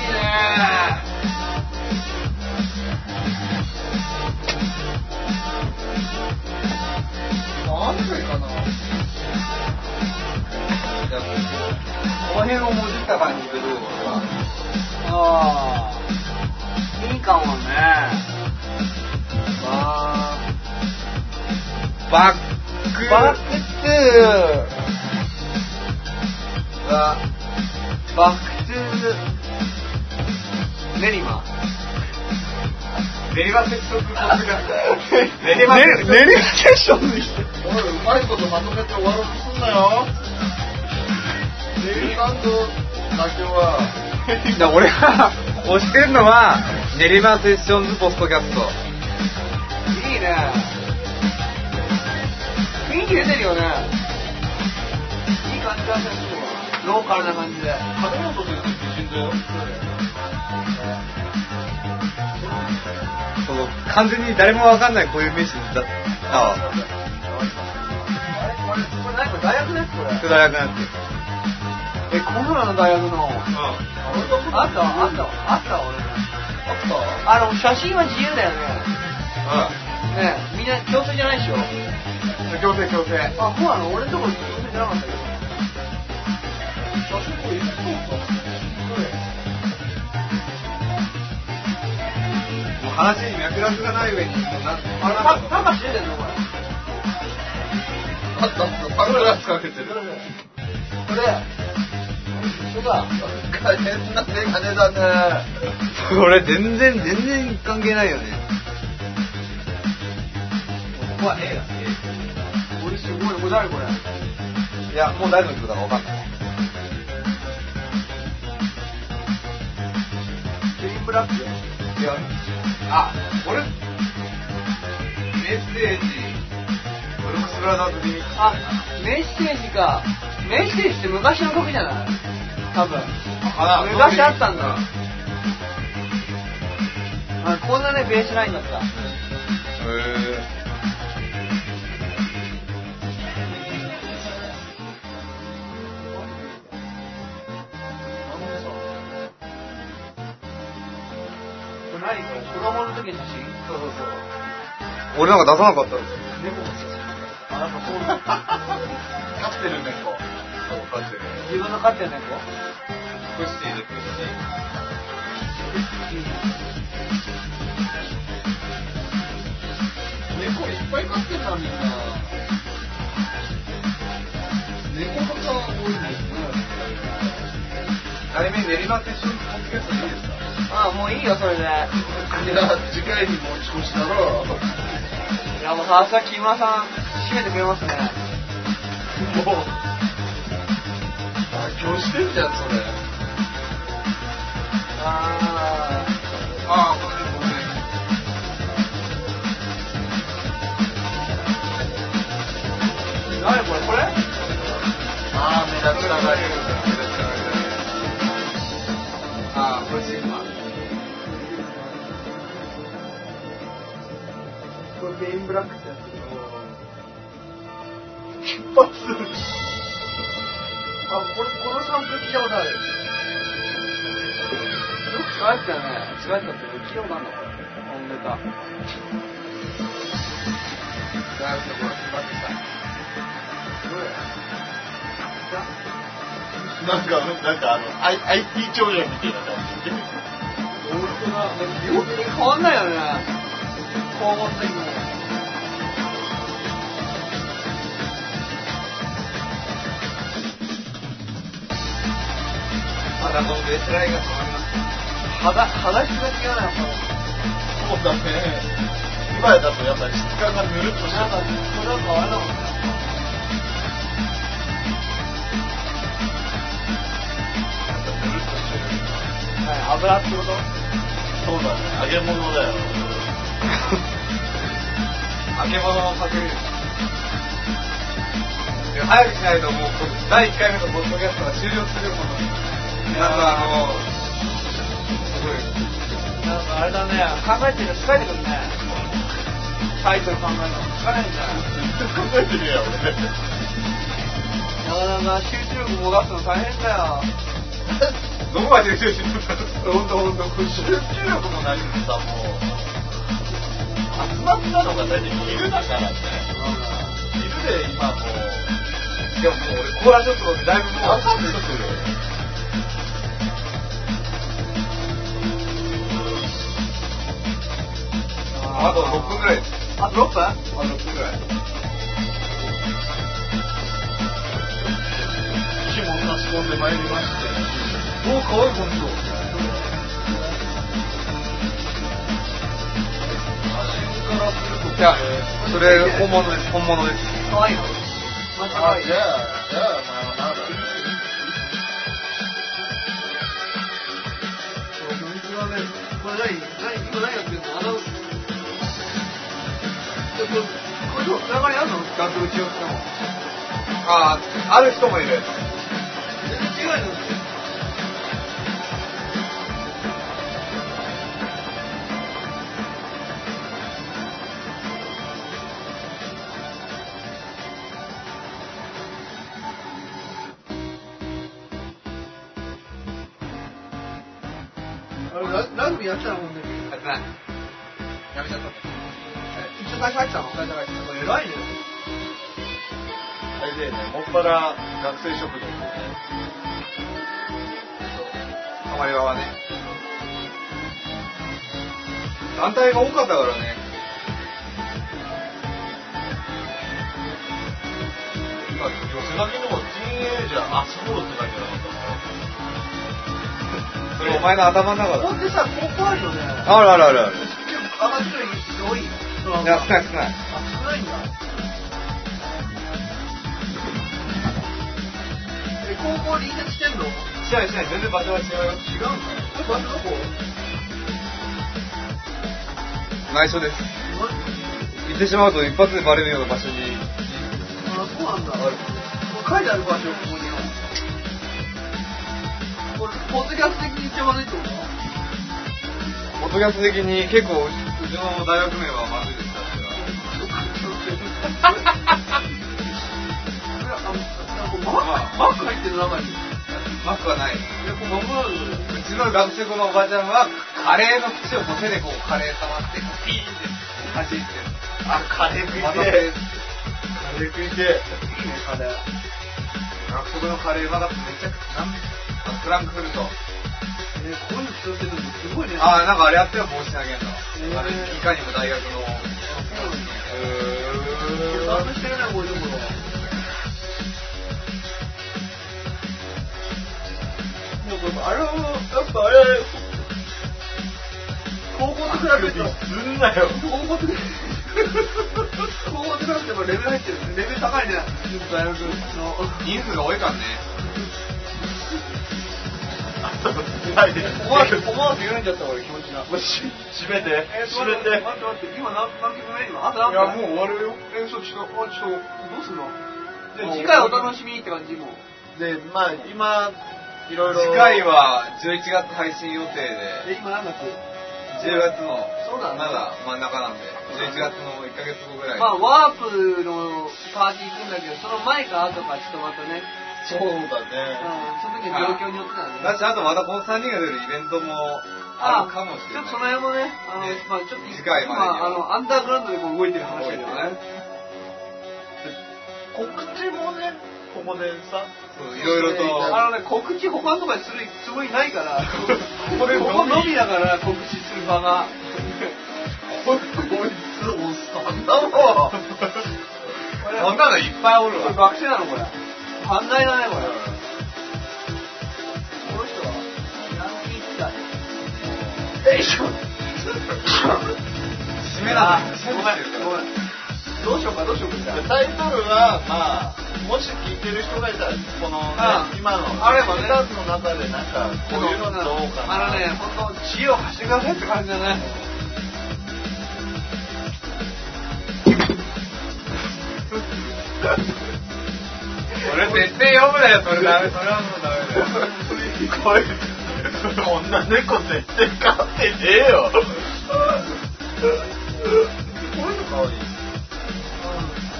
A: 辺をもじった感じがどうか
B: ああいいかもね
A: あバック
B: バックトゥ
A: はバックトゥ練馬練馬接続さすが練馬接続
B: 練馬セッションに
C: おいうまいことまとめて終わろうとすんなよ練馬と妥協は
A: だから俺が推してるのは練馬セッションズポストキャスト
B: いいね雰囲気出てるよねいい感じだねローカルな感じで
C: 金本先生美人だよ
A: その完全に誰もわかんないこういう名詞だったわ
B: あれこれこれ何これ大学のやつこれ
A: 大学なんて
B: えこんなの大学のあ
C: う
B: ったあったあったあった俺あの写真は自由だよねねえみんな強制じゃないでしょ
C: ん強制強制
B: あそうなの俺のところ強制じゃなかったけど
A: もう話に脈絡がない上にもうな
B: あれ
A: あ
B: パ パしてんのこれ
C: あったあったサングラスかけてる
B: これそれだ
C: 変なメガネだね
A: これ全然全然関係ないよね
B: ここは A だ A これすごいこれ誰これ
A: いやもう誰の曲だかわかんない
B: グリーンブラック
A: いやあ俺メッセージブルックス・ブラザーズ・リミックス
B: あメッセージかメッセージって昔の曲じゃない多分
A: あ
B: 昔あったんだあこんなねベースラインだった
A: へえ
B: これ何これ子供の時の写真そうそうそう
A: 俺なんか出さなかったんですよ
B: 猫の写真あなんかそうなんだ
A: 飼ってる猫そう飼ってる
B: 自分の飼ってる猫
A: クッシーでクッシー
C: 猫いっぱい飼ってんなみんな猫派が多いね
A: 題名練馬セッションズポッドキャストでいいですか
B: あもういいよそれで
C: いや次回に持ち越しだろもう
B: いやもうささ木村さん締めてくれますね
C: 妥協してんじゃんそれ
B: あ
A: ああごめんごめん
B: ー何これこれ
C: ああ目立ちたがり
A: ああ、これシグマ。
B: これベインブラックってやつ
C: 金髪
B: あこれこのサンプル聞いたことあるよく使えてたよね使えてたって不器用なんだこれこのネタ
A: だいぶほら、引っ張ってきた。
C: なんかなんかあの I IT 長者みたいな感じで
B: 本当に変わんないよねこう思った時も
A: まだこのベースラインが止まります。
B: 肌肌質が違うなやっぱ
C: そうだね今だとやっぱり質感がぬるっとして
B: なんか
C: る
B: それは変わらなかった
C: ぬるっとしてる
B: はい油ってこと
C: そうだね揚げ物だよ
A: あけぼのをかける。いや早くしないともうこの第1回目のポッドキャストが終了するもの皆さんあのすごい
B: なんかあれだね考えてる疲れてくるねタイトル考えるの疲れんじゃん
C: ずっと考えてるやん俺
B: なかなか集中力もがすの大変だよ
A: どこまで集中してるんだろう本当本当
C: 集中力もないしさもう集まったのが大体昼だからね昼で今もう
A: いやもう俺コーラショットでだいぶもう
C: 朝出てくる
A: あと6分ぐらいです。
B: あ、6分
A: あと6分ぐらい。
C: 指紋差し込んでまいりまして
A: おお、かわいい、この人。いや、それ本物です、本物です。
B: かわいいの。
C: あ
B: 間違い
C: じゃ
B: ない。
C: あじゃあお前はなんだ
B: そうドリフラね、これ何、何、今何やってんのアナウンス。ちょっと、これどう、つながりあんの
A: 額縁をしても。ああ、ある人もいる。
B: 違うのあれララグビーやってたもんね。
A: やってない。やめちゃった。
B: 一応大会入ってたの大会入ってた。これ偉いね。
C: あれだよねもっぱら学生食堂
A: たまり場はね。団体が多かったからね。
C: 今寄せ書きのもティーンエイジャーアスフォロって書いてなかった
A: それお前の頭の中
B: ほん
A: だ。
B: でさ、高校あるよね。あ、
A: あるあるあるある。
B: 結構、あんまり人多い。
A: いや、少ない少ない。
B: あ、少ないんだ。え、高校に移設してんの違
A: しないしない、全然場所は違うよ。
B: うんだよ。え、場所どこ
A: 内緒です。
B: あ、
A: 行ってしまうと一発でバレるような場所に。
B: そうなんだ。もう書いてある場所、ここには。これ、ポッドキャスト的に一番悪いってことか。
A: ポッドキャスト的に結構、うちの大学名はまずいですから。
B: ママック入ってる中に。
A: マックはない。
B: え、これママなんだ
A: う
B: よ。
A: ちの学生のおばちゃんは、カレーの口をこう手でこう、カレー触って、ピーンって走って。
C: あカレー食い
A: また
C: てえ
A: で
C: カレー食いてえ
B: いいね、カレー。
A: 学食のカレーまだめちゃくちゃ、なんフランクフルト。
B: え、こういうの使ってるのすごいね。
A: ああ、なんかあれやってよ、帽子投げんの。
B: ー
A: あれ、いかにも大学の。
B: バンしてるね、こういうところ。でもこれあれは、やっぱあれ、高校と比べると、
C: すんなよ
B: 高校と比べると、高校と比べるとやっぱレベル入ってるね。レベル高いね、大学の。
A: 人数が多いからね。
C: はいで
A: 思わず、思わず緩んじゃった俺気持ちが。
C: 閉めて
B: えー、
C: 閉
B: 待
C: め
B: ってて、待って、待って、今何何曲目今あと
A: い
B: 何
A: や、
B: 曲
A: もう終わるよ。え、そう、違う、あ、ちょっ
B: どうすんのじ
A: じ
B: ゃ
A: ゃあ次回
B: あ次回お
A: お
B: 楽
A: 楽
B: しみって感じもう
C: でまあ今いろい
A: と。
C: ろ
A: 次回は11月配信予定で、
B: え、今何月
A: 10月の、
B: そうだね
A: まだ真ん中なんで、11月の1ヶ月後ぐらい。
B: まあ、ワープのパーティー行くんだけど、その前か後かちょっとまたね、
C: そう
B: うん、
C: だね
B: その時の状況によってだね。
A: だし、あとまたこの3人が出るイベントもあるかもしれない。
B: ちょっとその辺もね、あの、
A: ね
B: まあちょっと一
A: 次回までに
B: あ、あの、アンダーグラウンドでこう動いてる話だけどね。
C: 告知もねここでさ
A: そういろいろと。
B: あのね、告知他のとかにするつもりないから、こ
A: こ
B: れ
A: れ
B: ここのみだから、告知する 場が。
C: こいつおっさんだもん
B: これ
A: そんなのいっぱいおる
B: これ
A: わ。
B: 学生なのこれ。犯罪だね、これ。この人は、ヤンキー一代。
C: えいしょ
A: 締めな
B: あ
A: さ
B: ご
A: い。
B: めん、ごめん。どうしようか、どうしようかじゃあ。
C: タイトルはまあもし聞いてる人がいたらこの、
B: あ
C: ね、今の
B: あればね
C: ダンスの中でなんかこういうのどうかな
B: あのね、本当知恵を貸してくださいって感じだね。
A: それ絶対読むなよ、それダメ。それはもうダメだよ。
C: こいつこんな猫絶対飼ってねえよこういうのかわい
B: う
C: い
B: ん、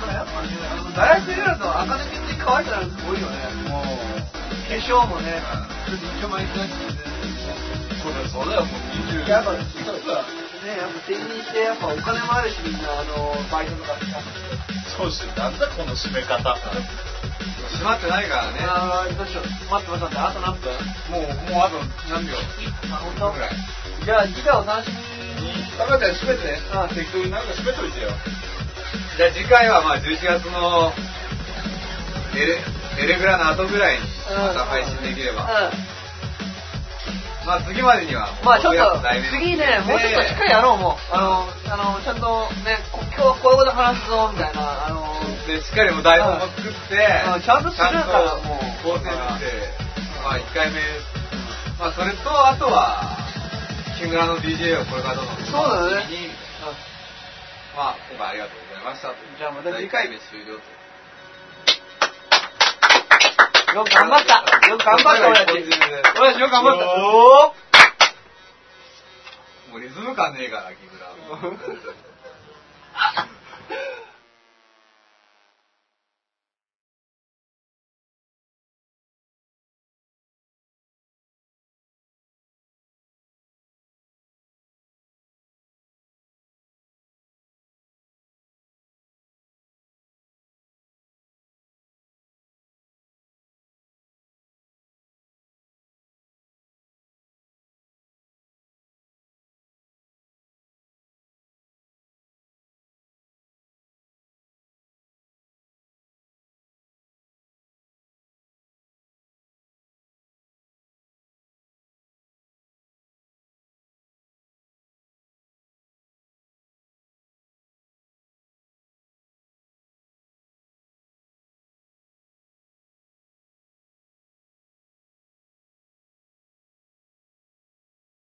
B: やっぱね、あの大学になると赤抜けって可愛くなるのすごいよね。
C: もう
B: 化粧もね、ちょっと一丁前になって
C: それそうだよもう20
B: やっぱ、ね、やっぱ定人して、やっぱお金もあるし、みんな、あの、バイトとかして。
C: そうしてなんだこの締め方
A: 閉まってないからね。
B: あーどうしよう。待って待って待って、あと何分
A: もう、もうあと何秒
B: あ、本
A: ぐらい。
B: 当じゃあ、次回お楽しみに。
A: 高ちゃん閉めてね。
B: ああ
A: 適当になんか閉めといてよ。じゃあ次回はまあ11月のエレ、エレグラの後ぐらいにまた配信できれば。
B: う
A: まあ次までには、
B: ん。まあちょっ
A: 僕
B: と
A: ら来年、
B: 次ね、もうちょっとしっかりやろう、もう。あの、あの、ちゃんとね、こ今日はこういうこと話すぞ、みたいな、あの、
A: で、しっかりもう台本も作って、
B: うんちゃんとするからもう
A: 構成して、まあ1回目、まあそれと、あとは、木村の DJ をこれからどうぞ。
B: そうだね
A: にまあ、今回ありがとうございましたと。
B: じゃあまた次
A: 回目終了と。
B: よく頑張った。よく頑張った、俺たち。俺たちよく頑張った。
A: おもうリズム感ねえから、木村。